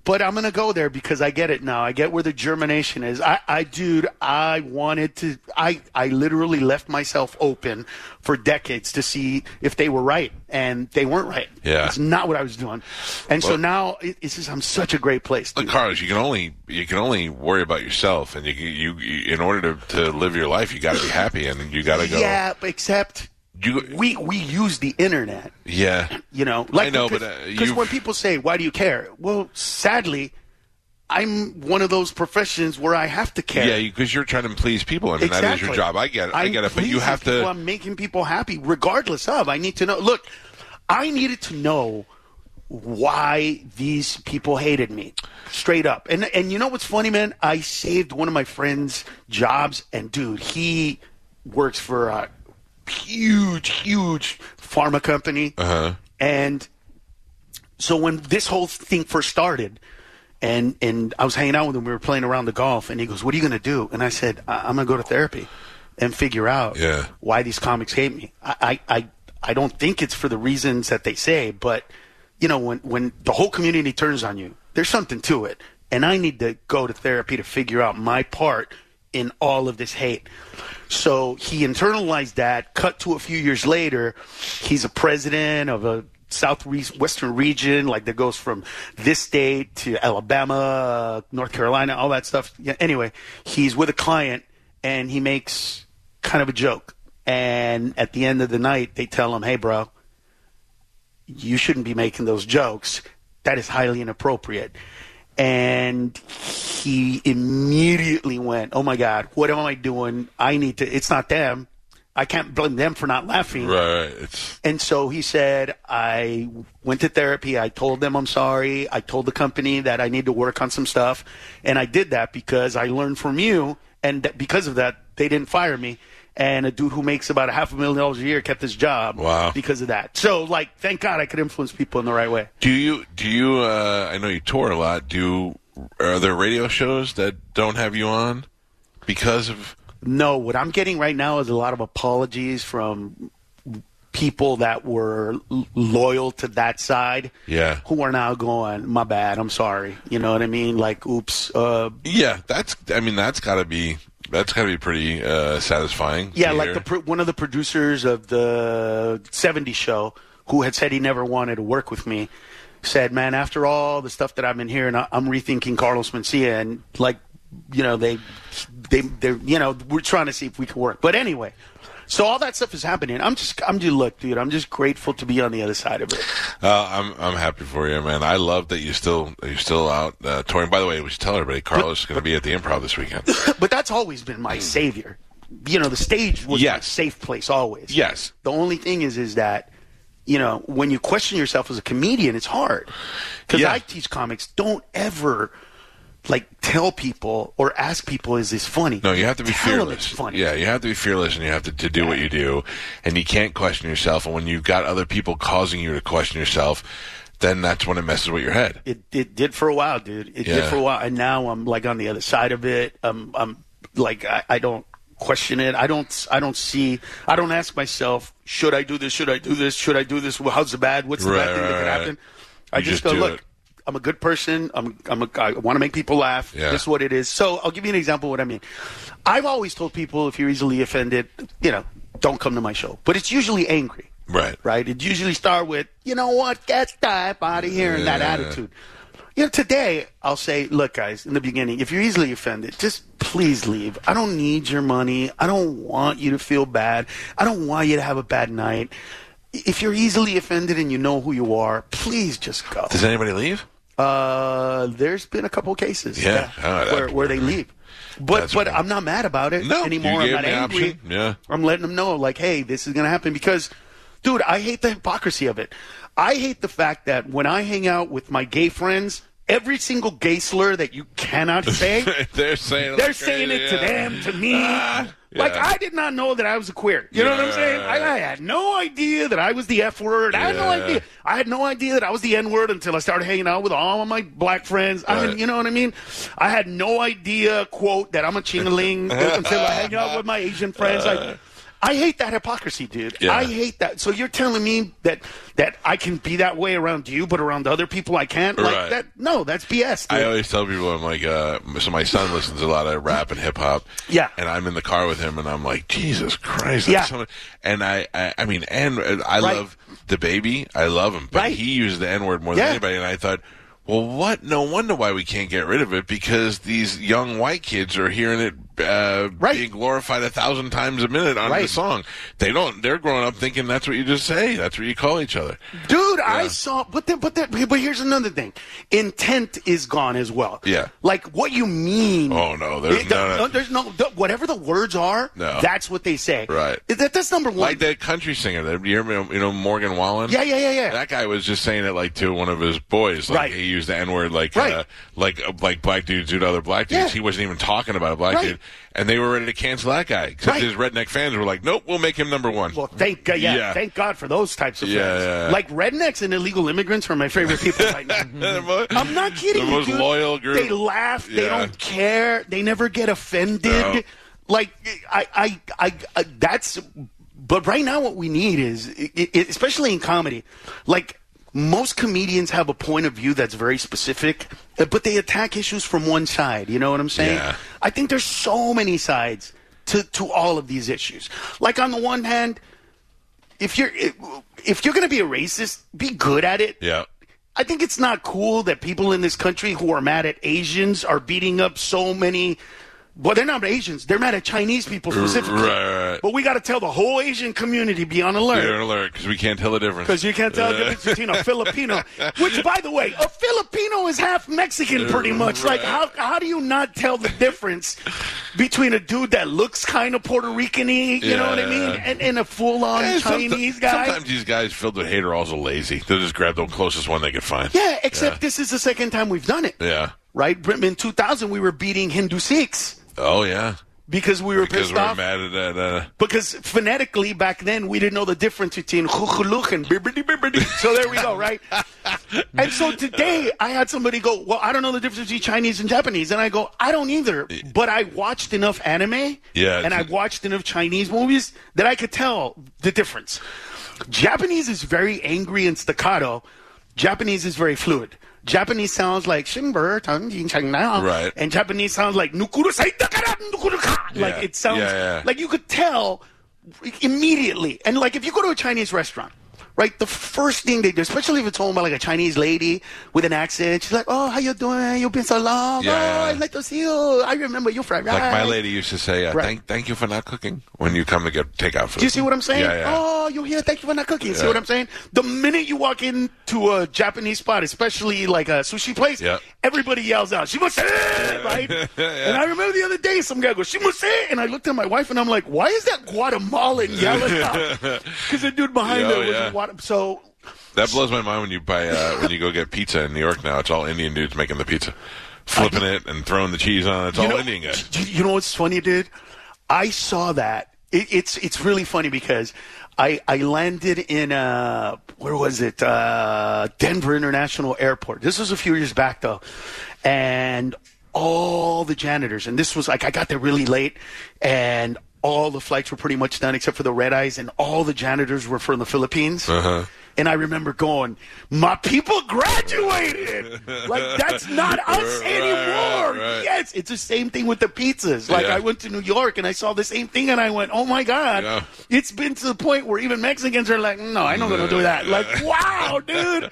Speaker 4: But I'm gonna go there because I get it now. I get where the germination is. I, I dude, I wanted to. I, I literally left myself open for decades to see if they were right, and they weren't right.
Speaker 3: Yeah.
Speaker 4: it's not what I was doing. And so now it, it's just I'm such a great place.
Speaker 3: Look,
Speaker 4: Dude.
Speaker 3: Carlos, you can only you can only worry about yourself, and you can- you, you in order to, to live your life, you got to be happy, and you got to go.
Speaker 4: Yeah, but except
Speaker 3: You-
Speaker 4: we we use the internet.
Speaker 3: Yeah.
Speaker 4: You know, like
Speaker 3: I know,
Speaker 4: because
Speaker 3: but, uh,
Speaker 4: because
Speaker 3: you've-
Speaker 4: when people say, "Why do you care?" Well, sadly, I'm one of those professions where I have to care.
Speaker 3: Yeah, because you're trying to please people. I mean, that is your
Speaker 4: Exactly.
Speaker 3: job. I get it. I
Speaker 4: I'm
Speaker 3: get it. But you
Speaker 4: pleasing
Speaker 3: have
Speaker 4: people,
Speaker 3: to.
Speaker 4: I'm making people happy, regardless of. I need to know. Look, I needed to know why these people hated me, straight up. And and you know what's funny, man? I saved one of my friends' jobs, and dude, he works for a huge, huge pharma company, uh-huh. and so when this whole thing first started and and i was hanging out with him we were playing around the golf and he goes what are you going to do and i said I- i'm going to go to therapy and figure out
Speaker 3: Yeah.
Speaker 4: why these comics hate me I, I i i don't think it's for the reasons that they say but you know when when the whole community turns on you there's something to it and i need to go to therapy to figure out my part in all of this hate so he internalized that. Cut to a few years later, he's a president of a southwestern region, like that goes from this state to Alabama, North Carolina, all that stuff. Yeah, anyway, he's with a client and he makes kind of a joke. And at the end of the night, they tell him, hey, bro, you shouldn't be making those jokes. That is highly inappropriate. And he immediately went, Oh my God, what am I doing? I need to, it's not them. I can't blame them for not laughing.
Speaker 3: Right, right. It's
Speaker 4: And so he said, I went to therapy. I told them I'm sorry. I told the company that I need to work on some stuff. And I did that because I learned from you. And that because of that, they didn't fire me. And a dude who makes about a half a million dollars a year kept his job
Speaker 3: Wow.
Speaker 4: because of that. So, like, thank God I could influence people in the right way.
Speaker 3: do you do you? Uh, I know you tour a lot. Do are there radio shows that don't have you on because of?
Speaker 4: No, what I'm getting right now is a lot of apologies from people that were l- loyal to that side.
Speaker 3: Yeah.
Speaker 4: Who are now going, my bad, I'm sorry. You know what I mean? Like, oops. Uh,
Speaker 3: Yeah, that's. I mean, that's got to be. That's got to be pretty uh, satisfying. to
Speaker 4: yeah, like
Speaker 3: hear.
Speaker 4: the pro- one of the producers of the 70s show who had said he never wanted to work with me said, man, after all the stuff that I've been hearing, I- I'm rethinking Carlos Mencia. And, like, you know, they, they, they're, you know, we're trying to see if we can work. But anyway. So all that stuff is happening. I'm just, I'm just look, dude. I'm just grateful to be on the other side of it.
Speaker 3: Uh, I'm I'm happy for you, man. I love that you still you're still out uh, touring. By the way, we should tell everybody Carlos is going to be at the Improv this weekend.
Speaker 4: But that's always been my savior. You know, the stage was my
Speaker 3: Mm. Yes.
Speaker 4: safe place always.
Speaker 3: Yes.
Speaker 4: The only thing is, is that you know when you question yourself as a comedian, it's hard because
Speaker 3: Yeah.
Speaker 4: I teach comics. Don't ever like tell people or ask people, "Is this funny?"
Speaker 3: No, you have to be
Speaker 4: Tell 'em
Speaker 3: fearless.
Speaker 4: it's funny.
Speaker 3: Yeah, you have to be fearless, and you have to, to do what you do, and you can't question yourself. And when you've got other people causing you to question yourself, then that's when it messes with your head.
Speaker 4: It it did for a while, dude. It did
Speaker 3: Yeah.
Speaker 4: for a while, and now I'm like on the other side of it. Um, I'm like I, I don't question it. I don't. I don't see. I don't ask myself, should I do this? Should I do this? Should I do this? Well, how's the bad? What's the
Speaker 3: Right,
Speaker 4: bad thing
Speaker 3: right,
Speaker 4: that could
Speaker 3: right.
Speaker 4: happen? I
Speaker 3: You
Speaker 4: just,
Speaker 3: just
Speaker 4: go
Speaker 3: do
Speaker 4: look.
Speaker 3: it.
Speaker 4: I'm a good person. I'm, I'm a, I want to make people laugh.
Speaker 3: Yeah.
Speaker 4: That's what it is. So I'll give you an example of what I mean. I've always told people if you're easily offended, you know, don't come to my show. But it's usually angry.
Speaker 3: Right.
Speaker 4: Right. It usually start with, you know what, get the f out of here and that
Speaker 3: Yeah.
Speaker 4: attitude. You know, today I'll say, look, guys, in the beginning, if you're easily offended, just please leave. I don't need your money. I don't want you to feel bad. I don't want you to have a bad night. If you're easily offended and you know who you are, please just go.
Speaker 3: Does anybody leave?
Speaker 4: Uh, there's been a couple cases,
Speaker 3: Yeah. Oh, that-
Speaker 4: where, where they leave. But
Speaker 3: That's
Speaker 4: but
Speaker 3: right.
Speaker 4: I'm not mad about it
Speaker 3: No,
Speaker 4: anymore.
Speaker 3: you
Speaker 4: I'm not
Speaker 3: gave them the
Speaker 4: angry.
Speaker 3: option. Yeah.
Speaker 4: I'm letting them know, like, hey, this is gonna happen because, dude, I hate the hypocrisy of it. I hate the fact that when I hang out with my gay friends, every single gay slur that you cannot say,
Speaker 3: They're saying
Speaker 4: they're
Speaker 3: like
Speaker 4: saying
Speaker 3: crazy,
Speaker 4: it to
Speaker 3: yeah.
Speaker 4: them, to me.
Speaker 3: Ah,
Speaker 4: Like
Speaker 3: yeah.
Speaker 4: I did not know that I was a queer. You know what I'm saying? I, I had no idea that I was the F word. I had no
Speaker 3: Yeah.
Speaker 4: idea. I had no idea that I was the N word until I started hanging out with all of my black friends. I had,
Speaker 3: Right.
Speaker 4: you know what I mean? I had no idea, quote, that I'm a chingaling until I hang out with my Asian friends. Like, I hate that hypocrisy, dude.
Speaker 3: Uh. Yeah.
Speaker 4: I hate that. So you're telling me that that I can be that way around you, but around other people I can't? Like
Speaker 3: Right.
Speaker 4: that? No, that's BS. Dude.
Speaker 3: I always tell people I'm like, uh, so my son listens to a lot of rap and hip hop.
Speaker 4: Yeah.
Speaker 3: And I'm in the car with him, and I'm like, Jesus Christ. that's
Speaker 4: Yeah.
Speaker 3: so much- and I, I, I mean, and uh, I
Speaker 4: Right.
Speaker 3: love the baby. I love him, but
Speaker 4: Right.
Speaker 3: he uses the N word more
Speaker 4: Yeah.
Speaker 3: than anybody. And I thought, well, what? No wonder why we can't get rid of it because these young white kids are hearing it uh,
Speaker 4: Right.
Speaker 3: being glorified a thousand times a minute on the
Speaker 4: Right.
Speaker 3: song. They don't. They're growing up thinking that's what you just say. That's what you call each other.
Speaker 4: Dude, I saw, but then, but that, but here's another thing. Intent is gone as well.
Speaker 3: Yeah.
Speaker 4: Like what you mean.
Speaker 3: Oh, no, there's
Speaker 4: It- the-
Speaker 3: none of-
Speaker 4: no, there's no, the- whatever the words are,
Speaker 3: No.
Speaker 4: that's what they say.
Speaker 3: Right.
Speaker 4: That, that's number one.
Speaker 3: Like that country singer, that you remember, you know, Morgan Wallen.
Speaker 4: Yeah, yeah, yeah, yeah.
Speaker 3: That guy was just saying it like to one of his boys. Like
Speaker 4: Right.
Speaker 3: he used the N word, like
Speaker 4: Right.
Speaker 3: uh, like uh, like black dudes do to other black dudes.
Speaker 4: Yeah.
Speaker 3: He wasn't even talking about a black
Speaker 4: Right.
Speaker 3: dude, and they were ready to cancel that guy. Except
Speaker 4: Right.
Speaker 3: his redneck fans were like, "Nope, we'll make him number one."
Speaker 4: well, thank God, yeah,
Speaker 3: Yeah.
Speaker 4: thank God for those types of
Speaker 3: Yeah,
Speaker 4: friends.
Speaker 3: yeah, yeah.
Speaker 4: Like rednecks and illegal immigrants are my favorite people right now. I'm
Speaker 3: I'm
Speaker 4: not kidding.
Speaker 3: The
Speaker 4: you,
Speaker 3: most
Speaker 4: dude.
Speaker 3: loyal group.
Speaker 4: They laugh. They
Speaker 3: Yeah.
Speaker 4: don't care. They never get offended.
Speaker 3: No.
Speaker 4: Like I, I, I, I, that's. But right now, what we need is, i i especially in comedy, like most comedians have a point of view that's very specific, uh, but they attack issues from one side. You know what I'm saying?
Speaker 3: Yeah.
Speaker 4: I think there's so many sides to to all of these issues. Like on the one hand, if you're if you're going to be a racist, be good at it.
Speaker 3: Yeah.
Speaker 4: I think it's not cool that people in this country who are mad at Asians are beating up so many. Well, they're not Asians. They're mad at Chinese people specifically.
Speaker 3: right, right.
Speaker 4: But we got to tell the whole Asian community be on
Speaker 3: They're
Speaker 4: alert
Speaker 3: alert because we can't tell the difference.
Speaker 4: because you can't tell the
Speaker 3: Uh,
Speaker 4: difference between a Filipino, which, by the way, a Filipino is half Mexican, pretty
Speaker 3: Uh,
Speaker 4: much. Like, how how do you not tell the difference between a dude that looks kind of Puerto Rican-y, you know what I
Speaker 3: Yeah.
Speaker 4: mean, and, and a full-on
Speaker 3: eh, somet-
Speaker 4: Chinese guy?
Speaker 3: Sometimes these guys filled with hate are also lazy. They'll just grab the closest one they could find.
Speaker 4: Yeah, except this is the second time we've done it.
Speaker 3: Yeah.
Speaker 4: Right? Br- In 2000, we were beating Hindu Sikhs
Speaker 3: Oh yeah.
Speaker 4: because we were
Speaker 3: Because
Speaker 4: pissed
Speaker 3: we're
Speaker 4: off.
Speaker 3: mad at that. Uh,
Speaker 4: Because phonetically, back then, we didn't know the difference between chuchuluch and bibbidi bibbidi. So there we go, right? and so today, I had somebody go, Well, I don't know the difference between Chinese and Japanese. And I go, I don't either. But I watched enough anime
Speaker 3: Yeah,
Speaker 4: and I
Speaker 3: it's-
Speaker 4: watched enough Chinese movies that I could tell the difference. Japanese is very angry and staccato, Japanese is very fluid. Japanese sounds like Shinbur, Tang, Jing, Chang, Nao.
Speaker 3: Right.
Speaker 4: And Japanese sounds like Nukuru Saitakara, Nukuru Ka. Like
Speaker 3: Yeah.
Speaker 4: it sounds
Speaker 3: Yeah, yeah.
Speaker 4: like you could tell immediately. And like if you go to a Chinese restaurant, right, the first thing they do, especially if it's owned by like a Chinese lady with an accent, she's like, "Oh, how you doing? You've been so long.
Speaker 3: Yeah.
Speaker 4: Oh, I'd like to see you. I remember you fried rice."
Speaker 3: Like my lady used to say, uh,
Speaker 4: Right.
Speaker 3: "Thank, thank you for not cooking when you come to get takeout food."
Speaker 4: Do you see what I'm saying?
Speaker 3: Yeah, yeah.
Speaker 4: Oh, you here? Thank you for not cooking. See
Speaker 3: Yeah.
Speaker 4: what I'm saying? The minute you walk into a Japanese spot, especially like a sushi place,
Speaker 3: Yeah.
Speaker 4: everybody yells out, "She must right? And I remember the other day, some guy goes, "She must and I looked at my wife and I'm like, "Why is that Guatemalan yelling out?" Because the dude behind
Speaker 3: Yeah,
Speaker 4: her was
Speaker 3: yeah.
Speaker 4: a Guatem- so.
Speaker 3: That blows my mind when you buy uh, when you go get pizza in New York now. It's all Indian dudes making the pizza, flipping it and throwing the cheese on. it. It's all Indian guys.
Speaker 4: You, you know what's funny, dude? I saw that. It, it's it's really funny because I I landed in uh where was it uh Denver International Airport. This was a few years back though, and all the janitors. And this was like, I got there really late, and all the flights were pretty much done except for the red eyes, and all the janitors were from the Philippines.
Speaker 3: Uh-huh.
Speaker 4: And I remember going, my people graduated. like that's not us
Speaker 3: Right,
Speaker 4: anymore.
Speaker 3: right.
Speaker 4: Yes, it's the same thing with the pizzas. Like
Speaker 3: Yeah.
Speaker 4: I went to New York and I saw the same thing, and I went, oh my god,
Speaker 3: Yeah.
Speaker 4: it's been to the point where even Mexicans are like, no, I'm not gonna do that. Like wow, dude.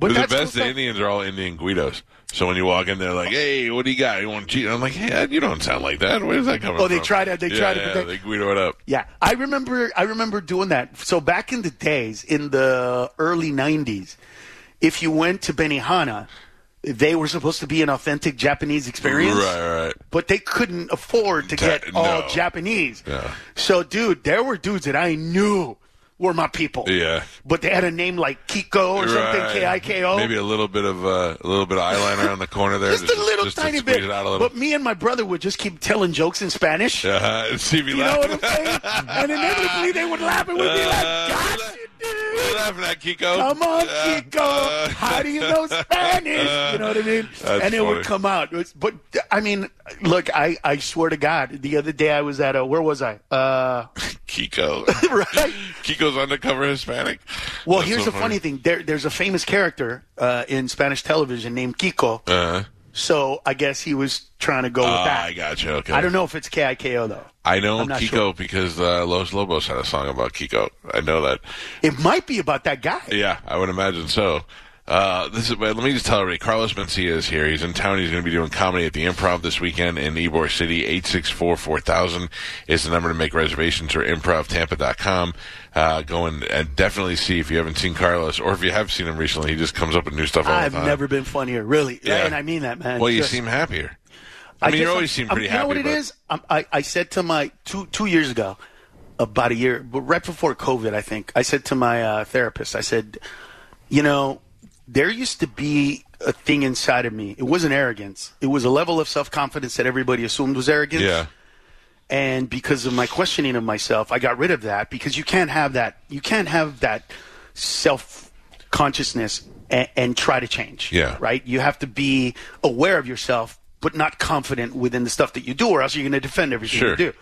Speaker 3: But the
Speaker 4: that's
Speaker 3: best
Speaker 4: what's up.
Speaker 3: Indians are all Indian Guidos. So when you walk in, they're like, "Hey, what do you got? You want cheat?" I'm like, "Yeah, you don't sound like that. Where's that coming
Speaker 4: Oh,
Speaker 3: from?"
Speaker 4: they try to- they
Speaker 3: yeah,
Speaker 4: try to
Speaker 3: yeah,
Speaker 4: protect-
Speaker 3: They Guido it up.
Speaker 4: Yeah, I remember. I remember doing that. So back in the days, in the early '90s, if you went to Benihana, they were supposed to be an authentic Japanese experience.
Speaker 3: Right, right.
Speaker 4: But they couldn't afford to
Speaker 3: Ta-
Speaker 4: get all
Speaker 3: no.
Speaker 4: Japanese.
Speaker 3: Yeah.
Speaker 4: So, dude, there were dudes that I knew were my people.
Speaker 3: Yeah.
Speaker 4: But they had a name like Kiko or something,
Speaker 3: Right.
Speaker 4: K I K O.
Speaker 3: Maybe a little bit of uh, a little bit of eyeliner on the corner there,
Speaker 4: Just, a little
Speaker 3: just to
Speaker 4: tiny
Speaker 3: squeeze
Speaker 4: bit.
Speaker 3: It out a little.
Speaker 4: But me and my brother would just keep telling jokes in Spanish.
Speaker 3: uh, and see if you
Speaker 4: You
Speaker 3: laugh.
Speaker 4: know what I'm saying? and inevitably they would laugh and would be like,
Speaker 3: Uh,
Speaker 4: "Gotcha,
Speaker 3: You're
Speaker 4: dude!
Speaker 3: laughing at Kiko.
Speaker 4: Come on,
Speaker 3: Yeah.
Speaker 4: Kiko!
Speaker 3: Uh,
Speaker 4: How do you know Spanish? you know what I mean?"
Speaker 3: That's
Speaker 4: and it would
Speaker 3: funny.
Speaker 4: come out. It was- But I mean, look, I I swear to God, the other day I was at a where was I? Uh,
Speaker 3: Kiko.
Speaker 4: right.
Speaker 3: Kiko's undercover Hispanic.
Speaker 4: Well,
Speaker 3: That's
Speaker 4: here's
Speaker 3: so
Speaker 4: the funny thing. There, there's a famous character uh, in Spanish television named Kiko.
Speaker 3: Uh,
Speaker 4: So I guess he was trying to go with
Speaker 3: ah,
Speaker 4: that.
Speaker 3: I got you. Okay.
Speaker 4: I don't know if it's KIKO though.
Speaker 3: I know
Speaker 4: I'm not
Speaker 3: Kiko
Speaker 4: sure.
Speaker 3: because uh, Los Lobos had a song about Kiko. I know that.
Speaker 4: It might be about that guy.
Speaker 3: Yeah, I would imagine so. Uh, this is. But let me just tell everybody. Carlos Mencia is here. He's in town. He's going to be doing comedy at the Improv this weekend in Ybor City. Eight six four four thousand is the number to make reservations or improvtampa.com. Uh, go and, and definitely see if you haven't seen Carlos or if you have seen him recently. He just comes up with new stuff all
Speaker 4: I've
Speaker 3: the time.
Speaker 4: never been funnier, really.
Speaker 3: Uh-huh. Yeah.
Speaker 4: And I mean that, man.
Speaker 3: Well, you
Speaker 4: Just-
Speaker 3: seem happier. I, mean,
Speaker 4: guess
Speaker 3: you
Speaker 4: I'm-
Speaker 3: always seem
Speaker 4: I'm-
Speaker 3: pretty
Speaker 4: You
Speaker 3: happy.
Speaker 4: know what it
Speaker 3: but-
Speaker 4: is? I'm, I, I said to my two two years ago, about a year, but right before COVID, I think I said to my uh, therapist, I said, you know, there used to be a thing inside of me. It wasn't arrogance. It was a level of self confidence that everybody assumed was arrogance.
Speaker 3: Yeah.
Speaker 4: And because of my questioning of myself, I got rid of that because you can't have that. You can't have that self consciousness and, and try to change.
Speaker 3: Yeah.
Speaker 4: Right right? You have to be aware of yourself, but not confident within the stuff that you do, or else you're going to defend everything
Speaker 3: Sure.
Speaker 4: you do.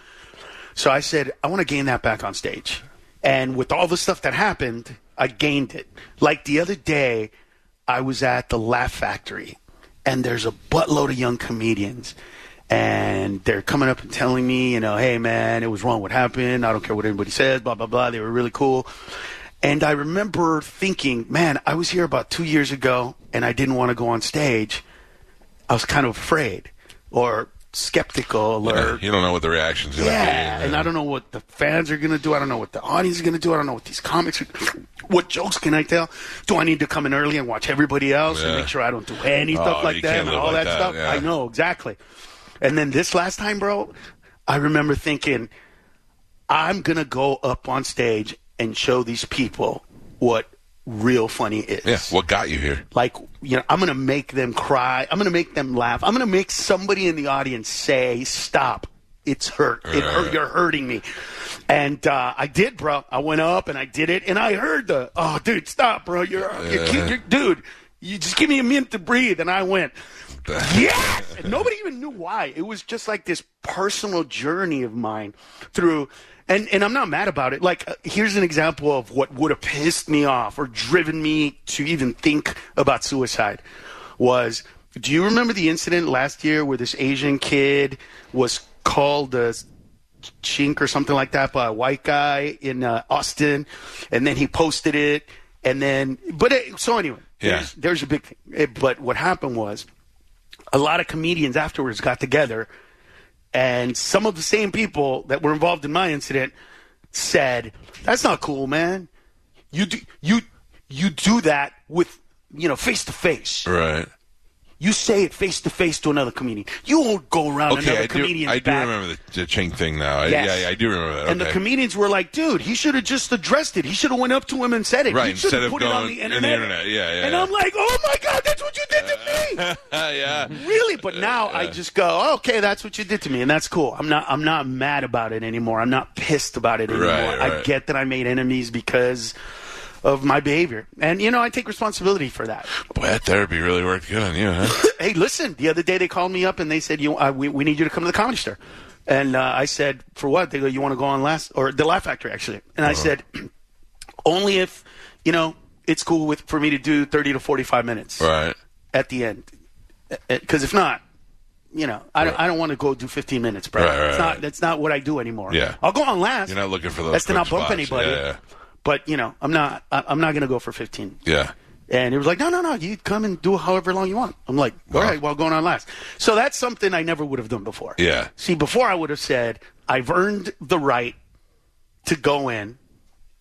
Speaker 4: So I said, I want to gain that back on stage. And with all the stuff that happened, I gained it. Like the other day, I was at the Laugh Factory, and there's a buttload of young comedians. And they're coming up and telling me, you know, hey, man, it was wrong what happened. I don't care what anybody says, blah, blah, blah. They were really cool. And I remember thinking, man, I was here about two years ago, and I didn't want to go on stage. I was kind of afraid or skeptical or
Speaker 3: Yeah, you don't know what the reaction's going to
Speaker 4: Er, yeah,
Speaker 3: be.
Speaker 4: and I don't know what the fans are gonna do. I don't know what the audience is gonna do. I don't know what these comics are. What jokes can I tell? Do I need to come in early and watch everybody else and
Speaker 3: Yeah.
Speaker 4: make sure I don't do any
Speaker 3: Oh,
Speaker 4: stuff like
Speaker 3: you
Speaker 4: that
Speaker 3: can't
Speaker 4: and
Speaker 3: live
Speaker 4: all that,
Speaker 3: like that,
Speaker 4: stuff?
Speaker 3: yeah.
Speaker 4: I know exactly. And then this last time, bro, I remember thinking, I'm gonna go up on stage and show these people what real funny is
Speaker 3: Yeah, what got you here?
Speaker 4: like you know i'm gonna make them cry i'm gonna make them laugh i'm gonna make somebody in the audience say stop it's hurt it hurt you're hurting me and uh, i did bro i went up and i did it and i heard the oh dude stop bro you're, you're, ki- you're- dude you just give me a minute to breathe and i went yes and nobody even knew why it was just like this personal journey of mine through and and i'm not mad about it like uh, here's an example of what would have pissed me off or driven me to even think about suicide was do you remember the incident last year where this asian kid was called a chink or something like that by a white guy in uh, austin and then he posted it and then but it, so anyway
Speaker 3: Yeah.
Speaker 4: there's, there's a big thing It- but what happened was a lot of comedians afterwards got together and some of the same people that were involved in my incident said that's not cool man you do you you do that with you know face to face
Speaker 3: Right.
Speaker 4: you say it face to face to another comedian you won't go around another
Speaker 3: Okay, I do,
Speaker 4: comedian's
Speaker 3: I do
Speaker 4: back
Speaker 3: remember the, the Ching thing now. I,
Speaker 4: Yes.
Speaker 3: Yeah, yeah, I do remember that.
Speaker 4: and the
Speaker 3: okay.
Speaker 4: comedians were like dude he should have just addressed it he should have went up to him and said it
Speaker 3: Right,
Speaker 4: he should
Speaker 3: instead
Speaker 4: have
Speaker 3: of
Speaker 4: put it on
Speaker 3: going
Speaker 4: the
Speaker 3: in the
Speaker 4: internet,
Speaker 3: internet. Yeah, yeah,
Speaker 4: and
Speaker 3: yeah.
Speaker 4: i'm like oh my god that's what you did to me
Speaker 3: yeah.
Speaker 4: really but now i just go "Oh, okay that's what you did to me and that's cool i'm not i'm not mad about it anymore i'm not pissed about it anymore
Speaker 3: Right,
Speaker 4: i
Speaker 3: right.
Speaker 4: get that i made enemies because of my behavior. And, you know, I take responsibility for that.
Speaker 3: Boy, that therapy really worked good on you, huh?
Speaker 4: hey, listen, the other day they called me up and they said, you, uh, we, we need you to come to the comedy store. And uh, I said, for what? They go, you want to go on last, or the Laugh Factory, actually. And I
Speaker 3: Uh-huh.
Speaker 4: said, only if, you know, it's cool with for me to do 30 to 45 minutes
Speaker 3: right.
Speaker 4: at the end. Because if not, you know, I don't, I don't want to go do 15 minutes, bro.
Speaker 3: Right, right,
Speaker 4: it's not,
Speaker 3: right.
Speaker 4: That's not what I do anymore.
Speaker 3: Yeah.
Speaker 4: I'll go on last.
Speaker 3: You're not looking for those
Speaker 4: That's to
Speaker 3: quick
Speaker 4: not bump
Speaker 3: spots.
Speaker 4: anybody.
Speaker 3: Yeah, yeah.
Speaker 4: But, you know, I'm not, I, I'm not going to go for 15.
Speaker 3: Yeah.
Speaker 4: And it was like, no, no, no, you come and do however long you want. I'm like, all
Speaker 3: Wow.
Speaker 4: right, well, going on last. So that's something I never would have done before.
Speaker 3: Yeah.
Speaker 4: See, before I would have said, I've earned the right to go in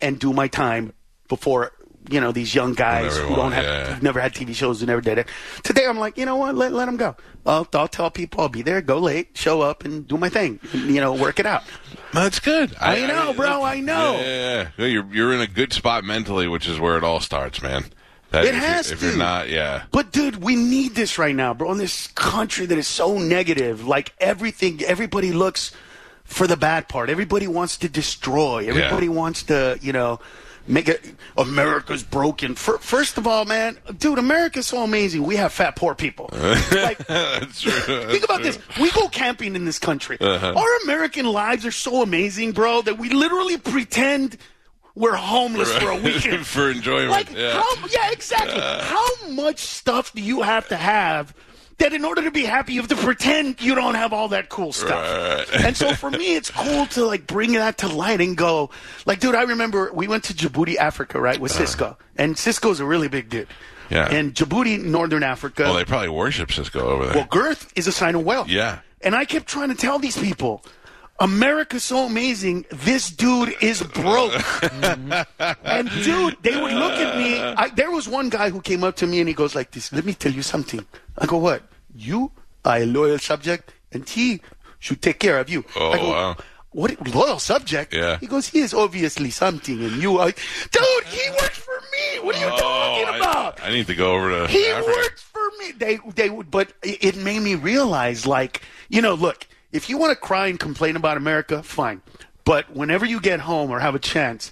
Speaker 4: and do my time before, you know, these young guys
Speaker 3: Whatever
Speaker 4: who
Speaker 3: you
Speaker 4: don't
Speaker 3: want,
Speaker 4: have,
Speaker 3: yeah.
Speaker 4: who've never had TV shows, who never did it. Today, I'm like, you know what? Let, let them go. I'll, I'll tell people I'll be there, go late, show up, and do my thing, you know, work it out.
Speaker 3: That's good.
Speaker 4: I know, bro, I know.
Speaker 3: Yeah, yeah, yeah. You're, you're in a good spot mentally, which is where it all starts, man. That,
Speaker 4: It
Speaker 3: if
Speaker 4: has
Speaker 3: you're, If
Speaker 4: to.
Speaker 3: you're not, yeah.
Speaker 4: But dude, we need this right now, bro. In this country that is so negative, like everything, everybody looks for the bad part. Everybody wants to destroy. Everybody wants to, you know, make it. America's broken. Fir- First of all, man, dude, America's so amazing. We have fat poor people. like,
Speaker 3: That's true.
Speaker 4: Think about this. We go camping in this country.
Speaker 3: Uh-huh.
Speaker 4: Our American lives are so amazing, bro, that we literally pretend we're homeless for a weekend.
Speaker 3: For enjoyment,
Speaker 4: Like,
Speaker 3: yeah.
Speaker 4: How, yeah, exactly. How much stuff do you have to have that in order to be happy you have to pretend you don't have all that cool stuff?
Speaker 3: Right.
Speaker 4: and so for me, it's cool to like bring that to light and go, like, dude, I remember we went to Djibouti, Africa, right, with Cisco. And Cisco's a really big dude.
Speaker 3: Uh. Yeah.
Speaker 4: And Djibouti, Northern Africa.
Speaker 3: Well, they probably worship Cisco over there.
Speaker 4: Well, girth is a sign of wealth.
Speaker 3: Yeah.
Speaker 4: And I kept trying to tell these people, America's so amazing. This dude is broke. and dude, they would look at me. I, there was one guy who came up to me and he goes like this. Let me tell you something. I go, what? You are a loyal subject, and he should take care of you.
Speaker 3: Oh,
Speaker 4: I go,
Speaker 3: wow.
Speaker 4: What loyal subject?
Speaker 3: Yeah.
Speaker 4: He goes, he is obviously something, and you are, dude. He works for me. What are you
Speaker 3: Oh, I-
Speaker 4: talking about?
Speaker 3: I, need to go over to
Speaker 4: He
Speaker 3: Africa.
Speaker 4: works for me. They they would, but it it made me realize, like, you know, look, if you want to cry and complain about America, fine. But whenever you get home or have a chance,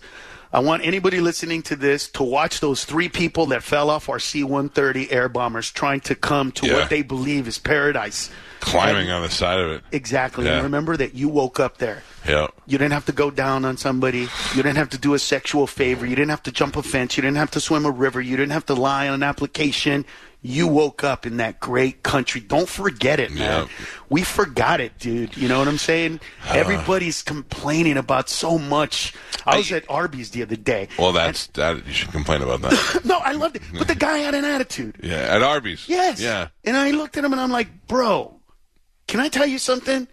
Speaker 4: I want anybody listening to this to watch those three people that fell off our C-130 air bombers trying to come to
Speaker 3: Yeah.
Speaker 4: what they believe is paradise.
Speaker 3: Climbing on the side of it.
Speaker 4: Exactly.
Speaker 3: Yeah.
Speaker 4: And remember that you woke up there.
Speaker 3: Yeah.
Speaker 4: You didn't have to go down on somebody. You didn't have to do a sexual favor. You didn't have to jump a fence. You didn't have to swim a river. You didn't have to lie on an application. You woke up in that great country. Don't forget it, man.
Speaker 3: Yeah.
Speaker 4: We forgot it, dude. You know what I'm saying? Everybody's complaining about so much. I was at Arby's the other day.
Speaker 3: Well, that's that. You should complain about that.
Speaker 4: No, I loved it. But the guy had an attitude.
Speaker 3: yeah, at Arby's.
Speaker 4: Yes.
Speaker 3: Yeah.
Speaker 4: And I looked at him and I'm like, bro, can I tell you something?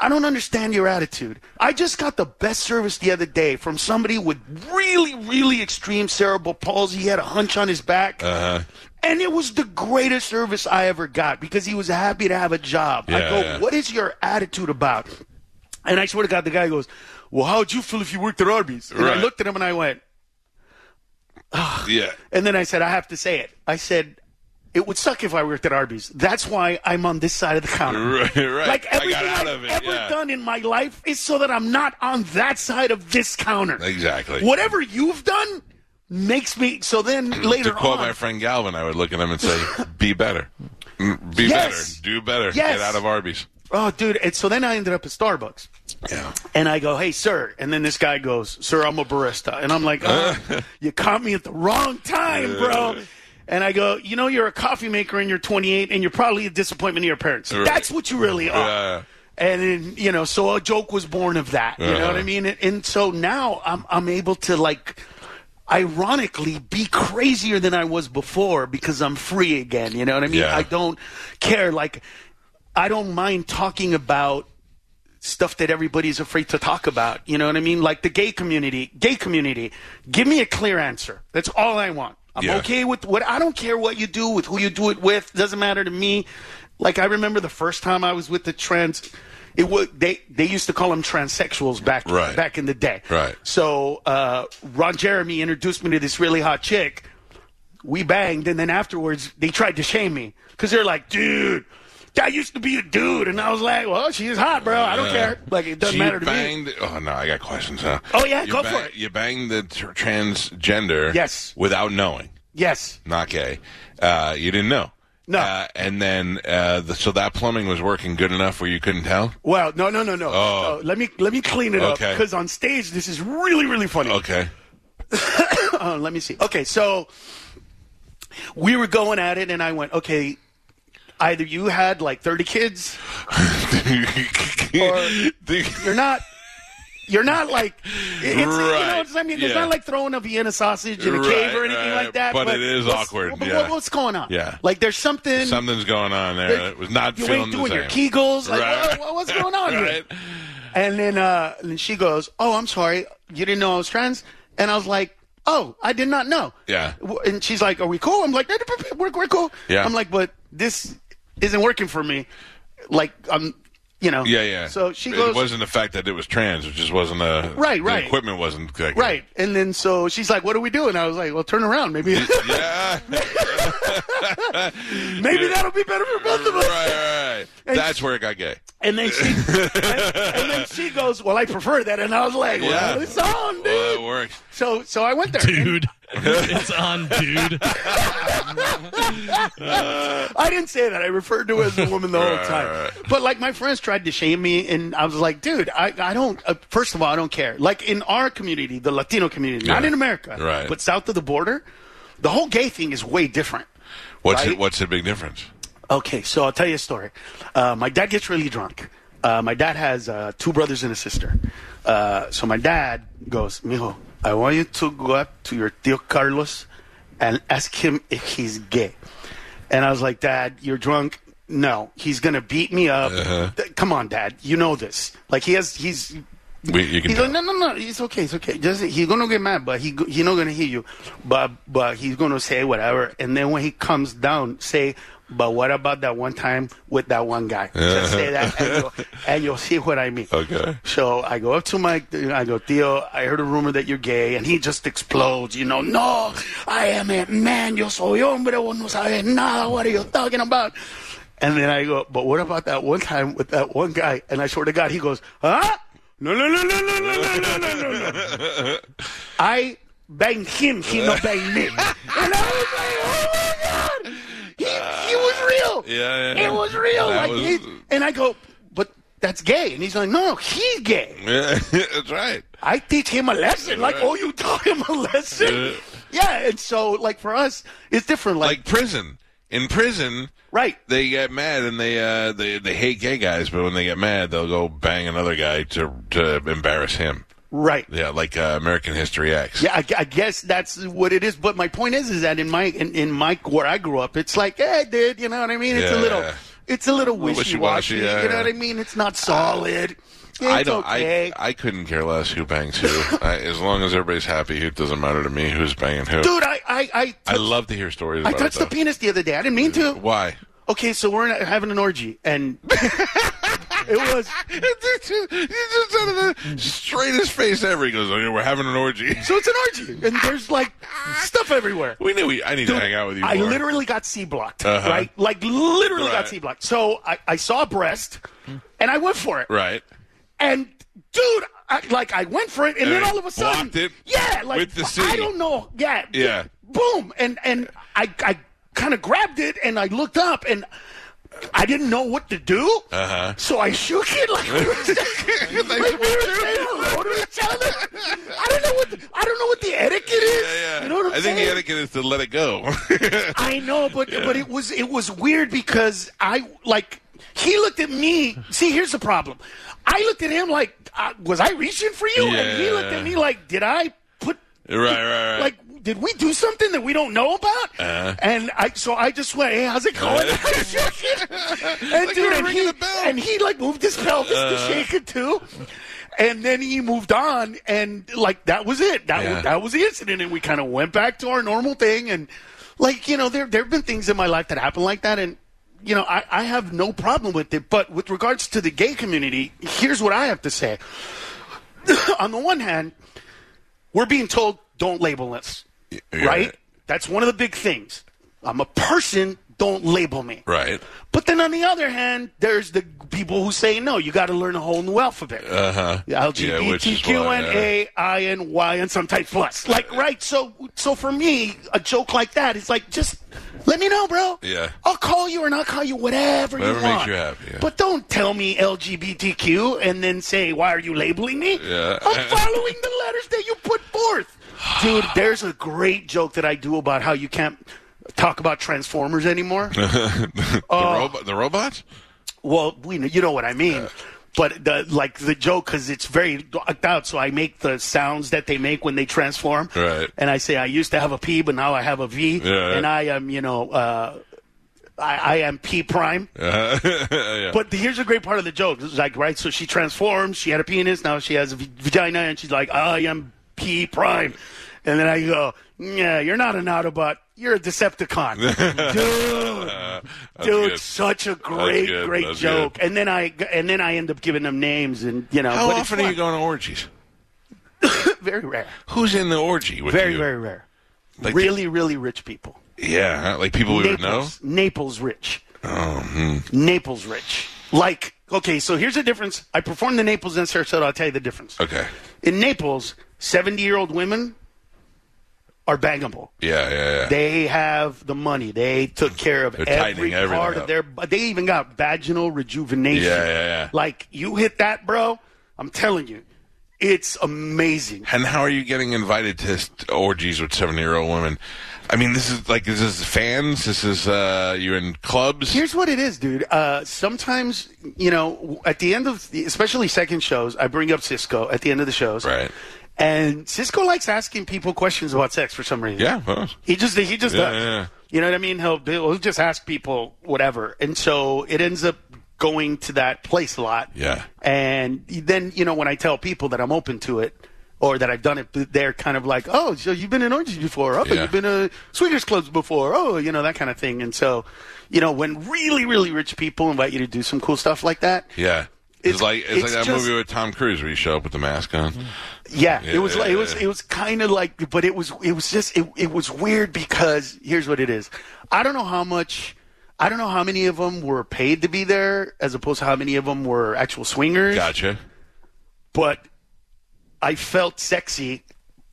Speaker 4: I don't understand your attitude. I just got the best service the other day from somebody with really, really extreme cerebral palsy. He had a hunch on his back. Uh-huh. And it was the greatest service I ever got because he was happy to have a job. I
Speaker 3: Yeah,
Speaker 4: go,
Speaker 3: yeah.
Speaker 4: what is your attitude about? And I swear to God, the guy goes, well, how would you feel if you worked at Arby's? And I
Speaker 3: Right.
Speaker 4: looked at him and I went,
Speaker 3: Yeah.
Speaker 4: and then I said, I have to say it. I said, it would suck if I worked at Arby's. That's why I'm on this side of the counter.
Speaker 3: Right. right.
Speaker 4: Like
Speaker 3: I
Speaker 4: everything
Speaker 3: got out
Speaker 4: I've
Speaker 3: of it.
Speaker 4: ever
Speaker 3: yeah.
Speaker 4: done in my life is so that I'm not on that side of this counter.
Speaker 3: Exactly.
Speaker 4: Whatever you've done makes me. So then later
Speaker 3: Mm, to quote
Speaker 4: on,
Speaker 3: my friend Galvin, I would look at him and say, "Be better, Mm, be
Speaker 4: Yes.
Speaker 3: better, do better,
Speaker 4: Yes.
Speaker 3: get out of Arby's."
Speaker 4: oh dude, and so then I ended up at Starbucks.
Speaker 3: Yeah.
Speaker 4: And I go, hey, sir. And then this guy goes, sir, I'm a barista. And I'm like, uh, you caught me at the wrong time, bro. And I go, you know, you're a coffee maker and you're 28 and you're probably a disappointment to your parents.
Speaker 3: Right.
Speaker 4: That's what you really are.
Speaker 3: Yeah.
Speaker 4: And then, you know, so a joke was born of that. You know what I mean? And, and so now I'm, I'm able to, like, ironically be crazier than I was before because I'm free again. You know what I mean?
Speaker 3: Yeah.
Speaker 4: I don't care. Like, I don't mind talking about stuff that everybody's afraid to talk about. You know what I mean? Like the gay community, gay community. Give me a clear answer. That's all I want. I'm
Speaker 3: Yeah.
Speaker 4: okay with what I don't care what you do with who you do it with. Doesn't matter to me. Like I remember the first time I was with the trans. It was they they used to call them transsexuals back
Speaker 3: Right.
Speaker 4: back in the day.
Speaker 3: Right.
Speaker 4: So uh, Ron Jeremy introduced me to this really hot chick we banged, and then afterwards they tried to shame me because they're like, dude, I used to be a dude, and I was like, well, she's hot, bro. I don't care. Like it doesn't
Speaker 3: you
Speaker 4: matter to me.
Speaker 3: banged, Oh no, I got questions. Huh?
Speaker 4: Oh, yeah,
Speaker 3: you
Speaker 4: go for it.
Speaker 3: You banged the tr- transgender.
Speaker 4: Yes.
Speaker 3: Without knowing,
Speaker 4: Yes.
Speaker 3: not gay. Uh, you didn't know.
Speaker 4: No.
Speaker 3: Uh, and then, uh, the, so that plumbing was working good enough where you couldn't tell.
Speaker 4: Well, no, no, no, no.
Speaker 3: Oh.
Speaker 4: No, let me let me clean it up
Speaker 3: Okay.
Speaker 4: because on stage this is really really funny.
Speaker 3: Okay.
Speaker 4: Uh, let me see. Okay, so we were going at it, and I went, okay. Either you had like thirty kids, you're not. You're not like it's you know
Speaker 3: Right,
Speaker 4: what I mean. It's
Speaker 3: yeah.
Speaker 4: not like throwing a Vienna sausage in a
Speaker 3: Right,
Speaker 4: cave or anything
Speaker 3: right,
Speaker 4: like that.
Speaker 3: but it is
Speaker 4: what's-
Speaker 3: awkward,
Speaker 4: But
Speaker 3: yeah.
Speaker 4: what, what's going on?
Speaker 3: Yeah.
Speaker 4: like there's something.
Speaker 3: Something's going on
Speaker 4: that-
Speaker 3: there. It was not
Speaker 4: you
Speaker 3: feeling
Speaker 4: ain't doing
Speaker 3: the
Speaker 4: your
Speaker 3: same.
Speaker 4: Kegels. Like
Speaker 3: Right.
Speaker 4: what, what's going on here?
Speaker 3: Right.
Speaker 4: And then uh, and she goes, "Oh, I'm sorry, you didn't know I was trans." And I was like, "Oh, I did not know."
Speaker 3: Yeah.
Speaker 4: W- And she's like, "Are we cool?" I'm like, "Eh, eh, eh, "We're we're cool."
Speaker 3: Yeah.
Speaker 4: I'm like, "But this isn't working for me." Like I'm, you know.
Speaker 3: Yeah, yeah.
Speaker 4: So she
Speaker 3: it
Speaker 4: goes,
Speaker 3: wasn't the fact that it was trans. It just wasn't a
Speaker 4: Right,
Speaker 3: the
Speaker 4: right.
Speaker 3: equipment wasn't that good.
Speaker 4: "Right." And then so she's like, "What do we do?" And I was like, "Well, turn around, maybe
Speaker 3: Yeah.
Speaker 4: maybe that'll be better for both of us."
Speaker 3: Right, right, right. That's where it got gay.
Speaker 4: And then she and, and then she goes, "Well, I prefer that." And I was like, "Well,
Speaker 3: Yeah.
Speaker 4: it's on, dude."
Speaker 3: Well, it works.
Speaker 4: so so I went there.
Speaker 5: dude. it's on, dude.
Speaker 4: I didn't say that. I referred to her as a woman the whole time. But like my friends tried to shame me, and I was like, dude, I, I don't. Uh, first of all, I don't care. Like in our community, the Latino community, not
Speaker 3: Yeah.
Speaker 4: in America,
Speaker 3: Right.
Speaker 4: but south of the border, the whole gay thing is way different.
Speaker 3: What's
Speaker 4: Right?
Speaker 3: the, what's the big difference?
Speaker 4: Okay, so I'll tell you a story. Uh, my dad gets really drunk. Uh, my dad has uh, two brothers and a sister. Uh, so my dad goes, Mijo, I want you to go up to your tío Carlos and ask him if he's gay. And I was like, Dad, you're drunk. No, he's going to beat me up. Th- Come on, Dad. You know this. Like, he has, he's
Speaker 3: We, you can
Speaker 4: He's
Speaker 3: tell.
Speaker 4: like, no, no, no, it's okay, it's okay. Just he's gonna get mad, but he he's not gonna hear you. But but he's gonna say whatever, and then when he comes down, say, but what about that one time with that one guy? Just say that, and you'll, and you'll see what I mean.
Speaker 3: Okay.
Speaker 4: So I go up to Mike. I go, Theo, I heard a rumor that you're gay, and he just explodes. You know, no, I am a man. Yo soy hombre. Vos no sabes nada. What are you talking about? And then I go, but what about that one time with that one guy? And I swear to God, he goes, huh? No, no, no, no, no, no, no, no, no, no, no. I banged him. He no banged me. And I was like, oh my God. He, he was real.
Speaker 3: Yeah, yeah, yeah.
Speaker 4: It was real. Like,
Speaker 3: That was-
Speaker 4: it, and I go, but that's gay. And he's like, no, no, he's gay.
Speaker 3: Yeah, that's right.
Speaker 4: I teach him a lesson. Like, oh, you taught him a lesson? Yeah, and so, like, for us, it's different. Like,
Speaker 3: Like prison. In prison,
Speaker 4: right.
Speaker 3: they get mad and they uh, they they hate gay guys, but when they get mad, they'll go bang another guy to to embarrass him.
Speaker 4: Right.
Speaker 3: Yeah, like uh, American History X.
Speaker 4: Yeah, I, I guess that's what it is. But my point is, is that in my in, in my where I grew up, it's like, hey, dude, you know what I mean? It's a
Speaker 3: Yeah.
Speaker 4: little, it's a little wishy washy.
Speaker 3: wishy-washy, yeah,
Speaker 4: you know
Speaker 3: yeah.
Speaker 4: what I mean? It's not solid. It's
Speaker 3: I don't.
Speaker 4: okay.
Speaker 3: I I couldn't care less who bangs who. I, as long as everybody's happy, it doesn't matter to me who's banging who.
Speaker 4: dude, I I I
Speaker 3: I
Speaker 4: touched-
Speaker 3: love to hear stories.
Speaker 4: I
Speaker 3: about
Speaker 4: touched
Speaker 3: it,
Speaker 4: the
Speaker 3: though.
Speaker 4: penis the other day. I didn't mean to.
Speaker 3: Why?
Speaker 4: Okay, so we're in- having an orgy, and it was.
Speaker 3: He just out of the straightest face ever. He goes, "Okay, we're having an orgy."
Speaker 4: So it's an orgy, and there's like stuff everywhere.
Speaker 3: We knew we. I need to
Speaker 4: Dude,
Speaker 3: hang out with you.
Speaker 4: I
Speaker 3: more.
Speaker 4: literally got C blocked,
Speaker 3: Uh-huh.
Speaker 4: right? Like literally
Speaker 3: Right.
Speaker 4: got C blocked. So I, I saw a breast, and I went for it.
Speaker 3: Right.
Speaker 4: And dude, I, like I went for it, and,
Speaker 3: And
Speaker 4: then
Speaker 3: it
Speaker 4: all of a sudden,
Speaker 3: blocked it
Speaker 4: yeah, like
Speaker 3: with the C.
Speaker 4: I don't know, yeah, dude,
Speaker 3: Yeah.
Speaker 4: boom, and and I I kind of grabbed it, and I looked up, and I didn't know what to do, uh-huh. so I shook it like we were saying, like we were saying hello to each other. I don't know what the, I don't know what the etiquette is.
Speaker 3: Yeah, yeah.
Speaker 4: You know what I'm
Speaker 3: I
Speaker 4: saying?
Speaker 3: think the etiquette is to let it go.
Speaker 4: I know, but but it was it was weird because I like he looked at me. See, here's the problem. I looked at him like, uh, was I reaching for you? And he looked at me like, did I put
Speaker 3: Right, right, Uh-huh. right.
Speaker 4: like? Did we do something that we don't know about? and I, so I just went, "Hey, how's it going?" I shook it. and
Speaker 3: Like you
Speaker 4: dude,
Speaker 3: were
Speaker 4: and
Speaker 3: ringing
Speaker 4: he,
Speaker 3: the bell.
Speaker 4: and he like moved his pelvis
Speaker 3: Uh.
Speaker 4: to shake it too, and then he moved on, and like that was it. That
Speaker 3: Yeah.
Speaker 4: was, that was the incident, and we kind of went back to our normal thing. And like you know, there there have been things in my life that happened like that, and you know, I, I have no problem with it. But with regards to the gay community, here's what I have to say. on the one hand, we're being told don't label us,
Speaker 3: yeah.
Speaker 4: right? That's one of the big things. I'm a person. don't label me.
Speaker 3: Right.
Speaker 4: But then on the other hand, there's the people who say no. You got to learn a whole new alphabet.
Speaker 3: Uh-huh.
Speaker 4: Uh huh.
Speaker 3: Yeah, which is
Speaker 4: LGBTQ
Speaker 3: why,
Speaker 4: and
Speaker 3: yeah.
Speaker 4: A I N Y and sometimes plus. Like right. So so for me, a joke like that is like just let me know, bro.
Speaker 3: Yeah.
Speaker 4: I'll call you and I'll call you whatever,
Speaker 3: Whatever
Speaker 4: you
Speaker 3: makes
Speaker 4: want.
Speaker 3: you happy, yeah.
Speaker 4: But don't tell me LGBTQ and then say why are you labeling me?
Speaker 3: Yeah.
Speaker 4: I'm following the letters that you put forth. Dude, there's a great joke that I do about how you can't talk about Transformers anymore. Oh,
Speaker 3: The, robo- the robots?
Speaker 4: Well, we know, you know what I mean. But the like the joke because it's very blocked out, so I make the sounds that they make when they transform.
Speaker 3: Right.
Speaker 4: And I say I used to have a P, but now I have a V,
Speaker 3: Yeah.
Speaker 4: and I am you know uh, I, I am P prime.
Speaker 3: yeah.
Speaker 4: But the, here's a great part of the joke. It's like right, so she transforms. She had a penis, now she has a v- vagina, and she's like I am P prime. And then I go, yeah, you're not an Autobot, you're a Decepticon, dude.
Speaker 3: That's
Speaker 4: Dude,
Speaker 3: good.
Speaker 4: such a great,
Speaker 3: good.
Speaker 4: great
Speaker 3: That's
Speaker 4: joke.
Speaker 3: good.
Speaker 4: And then I and then I end up giving them names, and you know,
Speaker 3: How
Speaker 4: but
Speaker 3: often
Speaker 4: it's
Speaker 3: are you going to orgies?
Speaker 4: fun. Very rare,
Speaker 3: Who's in the orgy with
Speaker 4: very,
Speaker 3: you?
Speaker 4: very rare.
Speaker 3: Like
Speaker 4: really, really rich people.
Speaker 3: Yeah, huh? like people we would know. hmm.
Speaker 4: Naples, Naples rich. Oh, Naples rich. Like, okay, so here's the difference. I performed in Naples and Sarasota. I'll tell you the difference.
Speaker 3: Okay.
Speaker 4: In Naples, seventy-year-old women are bangable.
Speaker 3: Yeah, yeah, yeah.
Speaker 4: They have the money. They took care of
Speaker 3: They're
Speaker 4: every
Speaker 3: tightening everything
Speaker 4: part
Speaker 3: up.
Speaker 4: of their. but They even got vaginal rejuvenation.
Speaker 3: Yeah, yeah, yeah.
Speaker 4: Like you hit that, bro. I'm telling you, it's amazing.
Speaker 3: and how are you getting invited to s- orgies with seven-year-old women? I mean, this is like is this fans? This is uh you in clubs?
Speaker 4: Here's what it is, dude. Uh, sometimes, you know, at the end of, the, especially second shows, I bring up Cisco at the end of the shows.
Speaker 3: Right.
Speaker 4: And Cisco likes asking people questions about sex for some reason.
Speaker 3: yeah. well,
Speaker 4: He just he just
Speaker 3: Yeah,
Speaker 4: does.
Speaker 3: yeah.
Speaker 4: You know what I mean? He'll, he'll just ask people whatever, and so it ends up going to that place a lot.
Speaker 3: Yeah.
Speaker 4: And then you know when I tell people that I'm open to it or that I've done it, they're kind of like, "Oh, so you've been in orgies before? Oh,
Speaker 3: Yeah.
Speaker 4: you've been to swingers clubs before? Oh, you know that kind of thing." And so, you know, when really really rich people invite you to do some cool stuff like that,
Speaker 3: Yeah.
Speaker 4: It's-
Speaker 3: It's, like it's,
Speaker 4: it's
Speaker 3: like that
Speaker 4: just- Mm-hmm.
Speaker 3: movie with Tom Cruise where you show up with the mask on.
Speaker 4: Yeah,
Speaker 3: Yeah,
Speaker 4: it was
Speaker 3: yeah,
Speaker 4: like it was
Speaker 3: yeah.
Speaker 4: it was kind of like, but it was it was just it, it was weird because here's what it is. I don't know how much, I don't know how many of them were paid to be there, as opposed to how many of them were actual swingers.
Speaker 3: Gotcha.
Speaker 4: But I felt sexy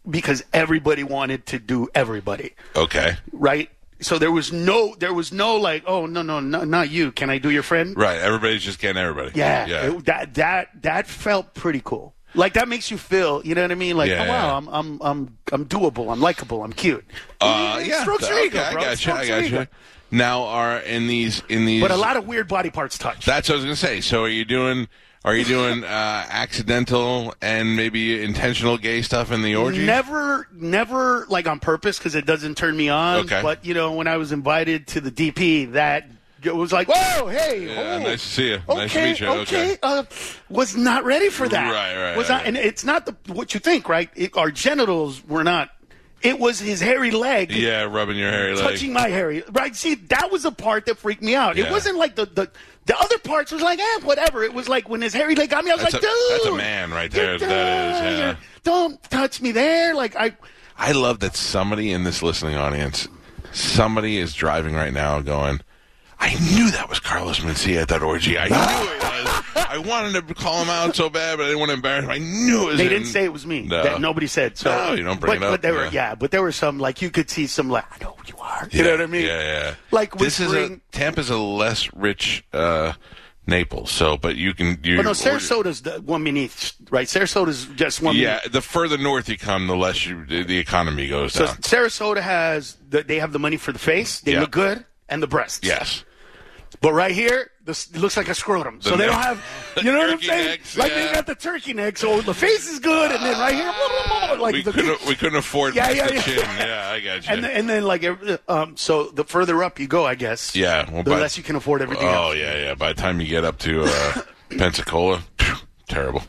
Speaker 4: because everybody wanted to do everybody,
Speaker 3: Okay.
Speaker 4: right? So there was no there was no like, oh no no no not you. Can I do your friend?
Speaker 3: Right. Everybody's just getting everybody.
Speaker 4: Yeah,
Speaker 3: Yeah.
Speaker 4: it- that that that felt pretty cool. Like that makes you feel, you know what I mean? Like,
Speaker 3: Yeah,
Speaker 4: oh,
Speaker 3: yeah.
Speaker 4: wow, I'm I'm I'm I'm doable, I'm likable, I'm cute.
Speaker 3: Uh,
Speaker 4: It
Speaker 3: yeah.
Speaker 4: strokes your
Speaker 3: okay,
Speaker 4: ego,
Speaker 3: I
Speaker 4: bro. It
Speaker 3: gotcha,
Speaker 4: strokes
Speaker 3: I
Speaker 4: your
Speaker 3: gotcha.
Speaker 4: ego.
Speaker 3: Now are in these in these
Speaker 4: But a lot of weird body parts touch.
Speaker 3: That's what I was gonna say. So are you doing? Are you doing uh, accidental and maybe intentional gay stuff in the orgy?
Speaker 4: never never like on purpose because it doesn't turn me on.
Speaker 3: Okay.
Speaker 4: But you know, when I was invited to the DP, that it was like, whoa, hey,
Speaker 3: Yeah,
Speaker 4: oh,
Speaker 3: nice to see you.
Speaker 4: Okay,
Speaker 3: Nice to meet you.
Speaker 4: okay.
Speaker 3: Okay.
Speaker 4: Uh, was not ready for that.
Speaker 3: Right, right,
Speaker 4: Was
Speaker 3: right.
Speaker 4: not, and it's not the what you think, right? It, our genitals were not. It was his hairy leg.
Speaker 3: Yeah, rubbing your hairy leg.
Speaker 4: touching my hair. Right? See, that was the part that freaked me out.
Speaker 3: Yeah.
Speaker 4: It wasn't like the, the the other parts was like, eh, whatever. It was like when his hairy leg got me, I was
Speaker 3: That's
Speaker 4: like,
Speaker 3: a-
Speaker 4: dude,
Speaker 3: that's a man right there.
Speaker 4: you're
Speaker 3: That
Speaker 4: done.
Speaker 3: is, yeah.
Speaker 4: You're- Don't touch me there. Like I,
Speaker 3: I love that somebody in this listening audience, somebody is driving right now going, I knew that was Carlos Mencia at that orgy. I knew it was. I wanted to call him out so bad, but I didn't want to embarrass him. I knew it was
Speaker 4: they
Speaker 3: him."
Speaker 4: didn't say it was me.
Speaker 3: No.
Speaker 4: That nobody said. So
Speaker 3: No, you don't bring
Speaker 4: but,
Speaker 3: it up,
Speaker 4: But there were,
Speaker 3: yeah.
Speaker 4: yeah, but there were some like you could see some like I know who you are. You
Speaker 3: Yeah,
Speaker 4: know what I mean?
Speaker 3: Yeah, yeah.
Speaker 4: Like
Speaker 3: this is a
Speaker 4: whispering-
Speaker 3: Tampa's a less rich uh, Naples, so but you can you.
Speaker 4: But no, Sarasota's the one beneath, right? Sarasota's just one.
Speaker 3: Yeah,
Speaker 4: beneath.
Speaker 3: the further north you come, the less you the the economy goes
Speaker 4: So
Speaker 3: down.
Speaker 4: Sarasota has the, they have the money for the face. They
Speaker 3: Yeah.
Speaker 4: look good and the breasts.
Speaker 3: Yes.
Speaker 4: But right here, this it looks like a scrotum. So
Speaker 3: The
Speaker 4: they
Speaker 3: neck.
Speaker 4: don't have, you know what I'm
Speaker 3: Turkey
Speaker 4: saying?
Speaker 3: necks,
Speaker 4: like
Speaker 3: yeah.
Speaker 4: they got the turkey neck, so the face is good, and then right here, blah, blah, blah, like
Speaker 3: we
Speaker 4: the,
Speaker 3: couldn't we couldn't afford
Speaker 4: Yeah, yeah,
Speaker 3: the
Speaker 4: yeah.
Speaker 3: chin. Yeah, I got you.
Speaker 4: and then, and then like every- um, so the further up you go, I guess.
Speaker 3: Yeah, well,
Speaker 4: the
Speaker 3: but-
Speaker 4: less you can afford everything
Speaker 3: Oh
Speaker 4: else.
Speaker 3: yeah, yeah. By the time you get up to uh, Pensacola, phew, terrible.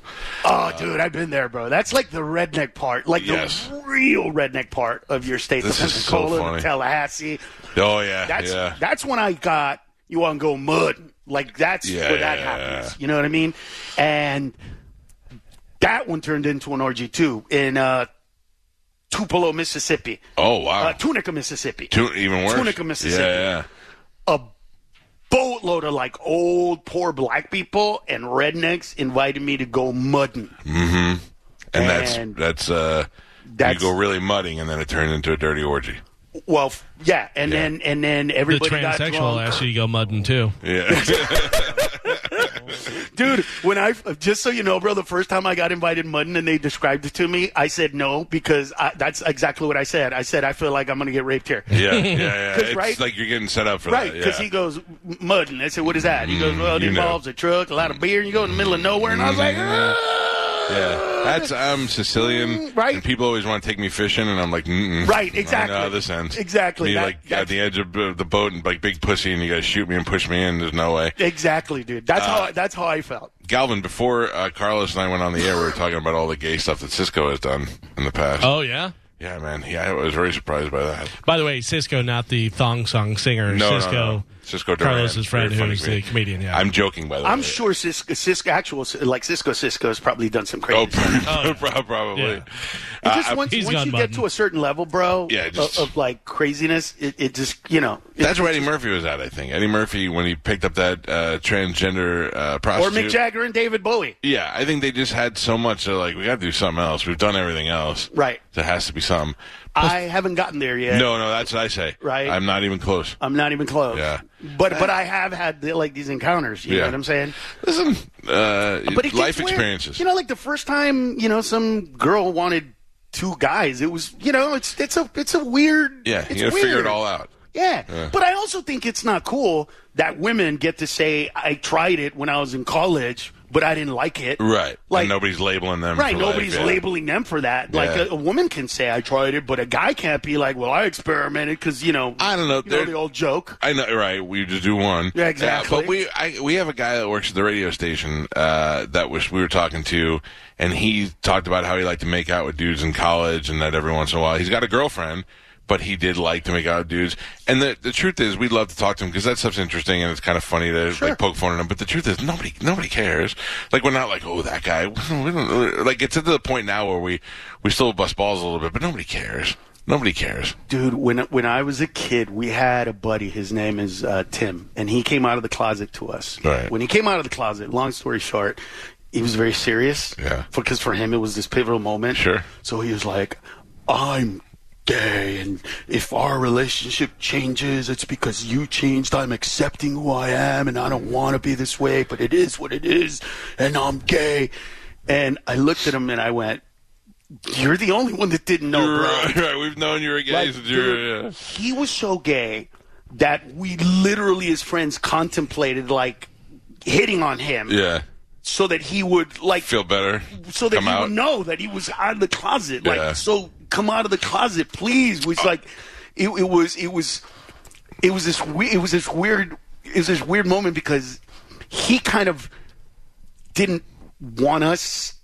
Speaker 4: Oh, dude, I've been there, bro. That's like the redneck part, like
Speaker 3: Yes.
Speaker 4: the real redneck part of your state,
Speaker 3: This
Speaker 4: the
Speaker 3: is so
Speaker 4: Pensacola,
Speaker 3: funny.
Speaker 4: the Tallahassee.
Speaker 3: Oh yeah,
Speaker 4: That's
Speaker 3: yeah.
Speaker 4: that's when I got you want to go mud. Like that's
Speaker 3: Yeah,
Speaker 4: where that
Speaker 3: yeah,
Speaker 4: happens.
Speaker 3: yeah.
Speaker 4: You know what I mean? And that one turned into an orgy too in uh, Tupelo, Mississippi,
Speaker 3: oh wow.
Speaker 4: uh, Tunica, Mississippi.
Speaker 3: Oh. Tu- even worse.
Speaker 4: Tunica, Mississippi.
Speaker 3: Yeah,
Speaker 4: a boatload of like old poor black people and rednecks invited me to go mudding.
Speaker 3: And that's
Speaker 4: And-
Speaker 3: that's uh
Speaker 4: That's-
Speaker 3: you go really mudding and then it turned into a dirty orgy.
Speaker 4: Well, f- yeah, and then and then
Speaker 5: The
Speaker 4: everybody got
Speaker 5: transsexual
Speaker 4: drunk.
Speaker 5: asked you to go mudding too.
Speaker 3: Yeah.
Speaker 4: dude. When I just so you know, bro, the first time I got invited mudding and they described it to me, I said no because I, that's exactly what I said. I said I feel like I'm gonna get raped here.
Speaker 3: yeah, yeah, yeah.
Speaker 4: 'Cause,
Speaker 3: It's
Speaker 4: right-
Speaker 3: like you're getting set up for
Speaker 4: Right,
Speaker 3: that.
Speaker 4: because
Speaker 3: yeah.
Speaker 4: he goes mudding. I said, "What is that?" He goes, "Well, it
Speaker 3: you know.
Speaker 4: involves a truck, a lot of beer, and you go in the middle of nowhere." And I was like,
Speaker 3: Mm-hmm.
Speaker 4: "Ah."
Speaker 3: Yeah, that's I'm Sicilian,
Speaker 4: Mm, right.
Speaker 3: And people always want to take me fishing, and I'm like, Mm-mm.
Speaker 4: Right,
Speaker 3: I know how
Speaker 4: exactly.
Speaker 3: this ends.
Speaker 4: Exactly,
Speaker 3: Be
Speaker 4: that-
Speaker 3: like
Speaker 4: that's-
Speaker 3: at the edge of uh, the boat and like big pussy, and you guys shoot me and push me in. There's no way.
Speaker 4: Exactly, dude. That's
Speaker 3: Uh,
Speaker 4: how I, that's how I felt.
Speaker 3: Galvin, before uh, Carlos and I went on the air, we were talking about all the gay stuff that Cisco has done in the past.
Speaker 5: Oh yeah.
Speaker 3: Yeah, man. Yeah, I was very surprised by that.
Speaker 5: By the way, Cisco, not the thong song singer.
Speaker 3: No, no,
Speaker 5: Cisco,
Speaker 3: no. Cisco Duran.
Speaker 5: Carlos's friend,
Speaker 3: Very funny
Speaker 5: who's the
Speaker 3: comedian.
Speaker 5: comedian. Yeah,
Speaker 3: I'm joking, by the way.
Speaker 4: I'm sure Cisco, Cisco actual like Cisco Cisco's probably done some crazy.
Speaker 3: Oh,
Speaker 4: stuff.
Speaker 3: probably.
Speaker 5: Yeah.
Speaker 4: It
Speaker 3: Uh,
Speaker 4: just
Speaker 3: I-
Speaker 4: once,
Speaker 5: He's
Speaker 4: once
Speaker 5: gone
Speaker 4: you
Speaker 5: button.
Speaker 4: get to a certain level, bro,
Speaker 3: Yeah, just-
Speaker 4: of, of like craziness, it, it just you know. it-
Speaker 3: That's where Eddie Murphy was at, I think. Eddie Murphy, when he picked up that uh, transgender uh,
Speaker 4: or
Speaker 3: prostitute.
Speaker 4: Mick Jagger and David Bowie.
Speaker 3: Yeah, I think they just had so much. They're like, we got to do something else. We've done everything else.
Speaker 4: Right.
Speaker 3: There has to be something.
Speaker 4: I haven't gotten there yet.
Speaker 3: No, no, that's what I say.
Speaker 4: Right.
Speaker 3: I'm not even close.
Speaker 4: I'm not even close.
Speaker 3: Yeah.
Speaker 4: But but I have had the, like these encounters. You
Speaker 3: Yeah.
Speaker 4: know what I'm saying?
Speaker 3: Listen, uh,
Speaker 4: But it gets
Speaker 3: life
Speaker 4: weird.
Speaker 3: experiences.
Speaker 4: You know, like the first time you know some girl wanted two guys. It was you know it's it's a it's a weird.
Speaker 3: yeah,
Speaker 4: it's
Speaker 3: you got to figure
Speaker 4: weird.
Speaker 3: it all out.
Speaker 4: Yeah. But I also think it's not cool that women get to say, I tried it when I was in college, but I didn't like it.
Speaker 3: Right.
Speaker 4: Like,
Speaker 3: and nobody's labeling them.
Speaker 4: Right,
Speaker 3: for
Speaker 4: nobody's
Speaker 3: life, yeah.
Speaker 4: labeling them for that. Like
Speaker 3: Yeah.
Speaker 4: a, a woman can say, "I tried it," but a guy can't be like, "Well, I experimented," because you know,
Speaker 3: I don't know,
Speaker 4: you know
Speaker 3: they're-
Speaker 4: the old joke.
Speaker 3: I know, right? We just do one.
Speaker 4: Yeah, exactly.
Speaker 3: but we I, we have a guy that works at the radio station uh, that was we were talking to, and he talked about how he liked to make out with dudes in college, and that every once in a while he's got a girlfriend, but he did like to make out with dudes. And the the truth is, we'd love to talk to him because that stuff's interesting and it's kind of funny to like poke fun at him. But the truth is, nobody nobody cares. Like we're not like oh that guy. We don't, like it's to the point now where we we still bust balls a little bit, but nobody cares. Nobody cares.
Speaker 4: Dude, when when I was a kid, we had a buddy. His name is uh, Tim, and he came out of the closet to us.
Speaker 3: Right.
Speaker 4: When he came out of the closet, long story short, he was very serious.
Speaker 3: Yeah.
Speaker 4: Because for him, it was this pivotal moment.
Speaker 3: Sure.
Speaker 4: So he was like, "I'm gay, and if our relationship changes, it's because you changed. I'm accepting who I am, and I don't want to be this way, but it is what it is, and I'm gay." And I looked at him and I went, "You're the only one that didn't know, bro."
Speaker 3: Right, right. We've known you were gay
Speaker 4: Like,
Speaker 3: since you were-
Speaker 4: dude,
Speaker 3: yeah.
Speaker 4: He was so gay that we literally, as friends, contemplated like hitting on him
Speaker 3: Yeah.
Speaker 4: so that he would like
Speaker 3: Feel better.
Speaker 4: so that
Speaker 3: Come
Speaker 4: he
Speaker 3: out.
Speaker 4: would know that he was out of the closet. Like,
Speaker 3: Yeah.
Speaker 4: so come out of the closet, please. Was like, it, it was, it was, it was this, we- it was this weird, it was this weird moment because he kind of didn't want us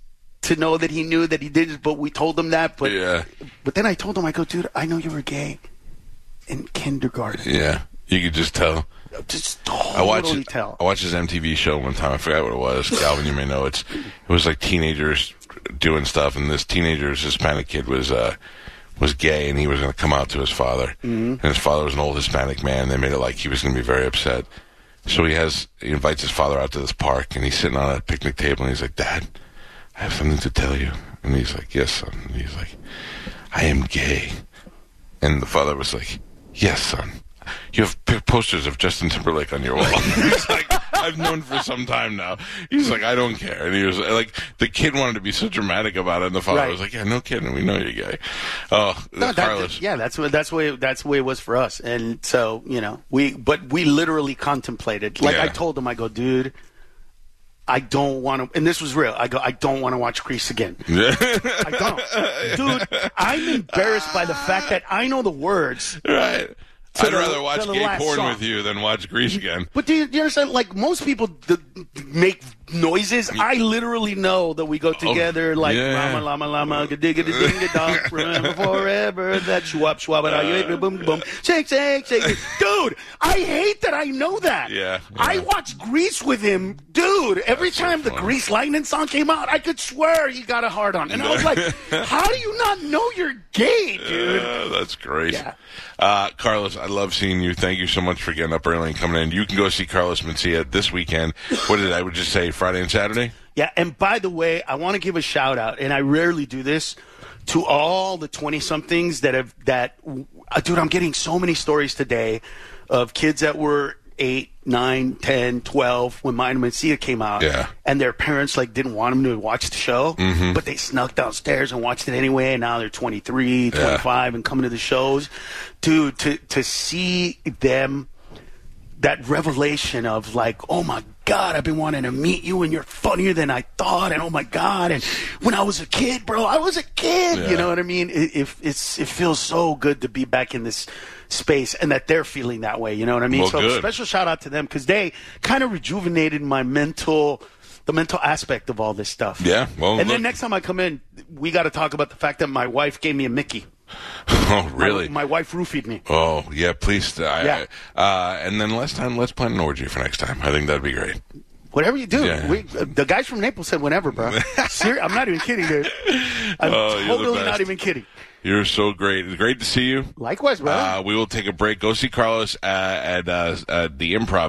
Speaker 4: to know that he knew that he did, it, but we told him that. But,
Speaker 3: Yeah.
Speaker 4: but then I told him, I go, dude, I know you were gay in kindergarten.
Speaker 3: Yeah. You could just tell.
Speaker 4: Just totally
Speaker 3: I watched
Speaker 4: tell.
Speaker 3: I watched his MTV show one time. I forgot what it was. Galvin, you may know it's it was like teenagers doing stuff, and this teenager's Hispanic kid was uh was gay, and he was going to come out to his father,
Speaker 4: Mm-hmm.
Speaker 3: and his father was an old Hispanic man. They made it like he was going to be very upset. So he has he invites his father out to this park, and he's sitting on a picnic table, and he's like, "Dad, I have something to tell you." And he's like, "Yes, son." And he's like, "I am gay." And the father was like, "Yes, son. You have p- posters of Justin Timberlake on your wall." He's like, "I've known for some time now." He's like, "I don't care." And he was like, the kid wanted to be so dramatic about it, and the father
Speaker 4: Right.
Speaker 3: was like, "Yeah, no kidding. We know you're gay." Oh,
Speaker 4: No, that-
Speaker 3: Carlos.
Speaker 4: yeah, that's what that's way that's the way it was for us, and so you know we but we literally contemplated. Like
Speaker 3: Yeah.
Speaker 4: I told him, I go, dude, I don't want to, and this was real. I go, I don't want to watch Crease again. I don't, dude. I'm embarrassed by the fact that I know the words.
Speaker 3: right.
Speaker 4: To
Speaker 3: I'd
Speaker 4: the-
Speaker 3: rather watch
Speaker 4: to the
Speaker 3: gay
Speaker 4: last
Speaker 3: porn
Speaker 4: song.
Speaker 3: with you than watch Grease again.
Speaker 4: But do you, do you understand? Like most people d- make noises. I literally know that we go together like
Speaker 3: Oh, yeah.
Speaker 4: llama llama llama gadigga ding dong. Remember forever that schwab schwab and I boom boom shake shake shake. Dude, I hate that I know that.
Speaker 3: Yeah,
Speaker 4: I
Speaker 3: yeah.
Speaker 4: watched Grease with him, dude. Every
Speaker 3: That's so
Speaker 4: time the
Speaker 3: funny.
Speaker 4: Grease Lightning song came out, I could swear he got a hard on, and I was like, "How do you not know you're gay, dude?"
Speaker 3: Uh, that's great.
Speaker 4: Yeah.
Speaker 3: Uh, Carlos, I love seeing you. Thank you so much for getting up early and coming in. You can go see Carlos Mencia this weekend. What did I would just say Friday and Saturday?
Speaker 4: Yeah, and by the way, I want to give a shout out, and I rarely do this, to all the twenty somethings that have that. Uh, dude, I'm getting so many stories today of kids that were eight, nine, ten, twelve when Mind Mencia came out,
Speaker 3: Yeah.
Speaker 4: and their parents like didn't want them to watch the show, but they snuck downstairs and watched it anyway. And now they're 23, 25, and coming to the shows, dude. To to see them that revelation of like, oh my God, I've been wanting to meet you and you're funnier than I thought. And oh my God. And when I was a kid, bro, I was a kid. You
Speaker 3: Yeah.
Speaker 4: know what I mean? It, if it's, it feels so good to be back in this space and that they're feeling that way. You know what I mean?
Speaker 3: Well,
Speaker 4: so
Speaker 3: good.
Speaker 4: special shout out to them because they kind of rejuvenated my mental, the mental aspect of all this stuff.
Speaker 3: Yeah, well,
Speaker 4: and
Speaker 3: look-
Speaker 4: then next time I come in, we got to talk about the fact that my wife gave me a Mickey. My-
Speaker 3: Oh, really?
Speaker 4: My, wife roofied me.
Speaker 3: oh, yeah, please. I,
Speaker 4: Yeah.
Speaker 3: I- uh, and then last time, let's plan an orgy for next time. I think that'd be great.
Speaker 4: Whatever you do,
Speaker 3: Yeah.
Speaker 4: we, uh, the guys from Naples said whenever, bro. Ser- I'm not even kidding, dude. I'm
Speaker 3: Oh, you're the
Speaker 4: totally not
Speaker 3: best.
Speaker 4: even kidding.
Speaker 3: You're so great. Great to see you.
Speaker 4: Likewise, bro.
Speaker 3: Uh, we will take a break. Go see Carlos uh, at, uh, at the improv.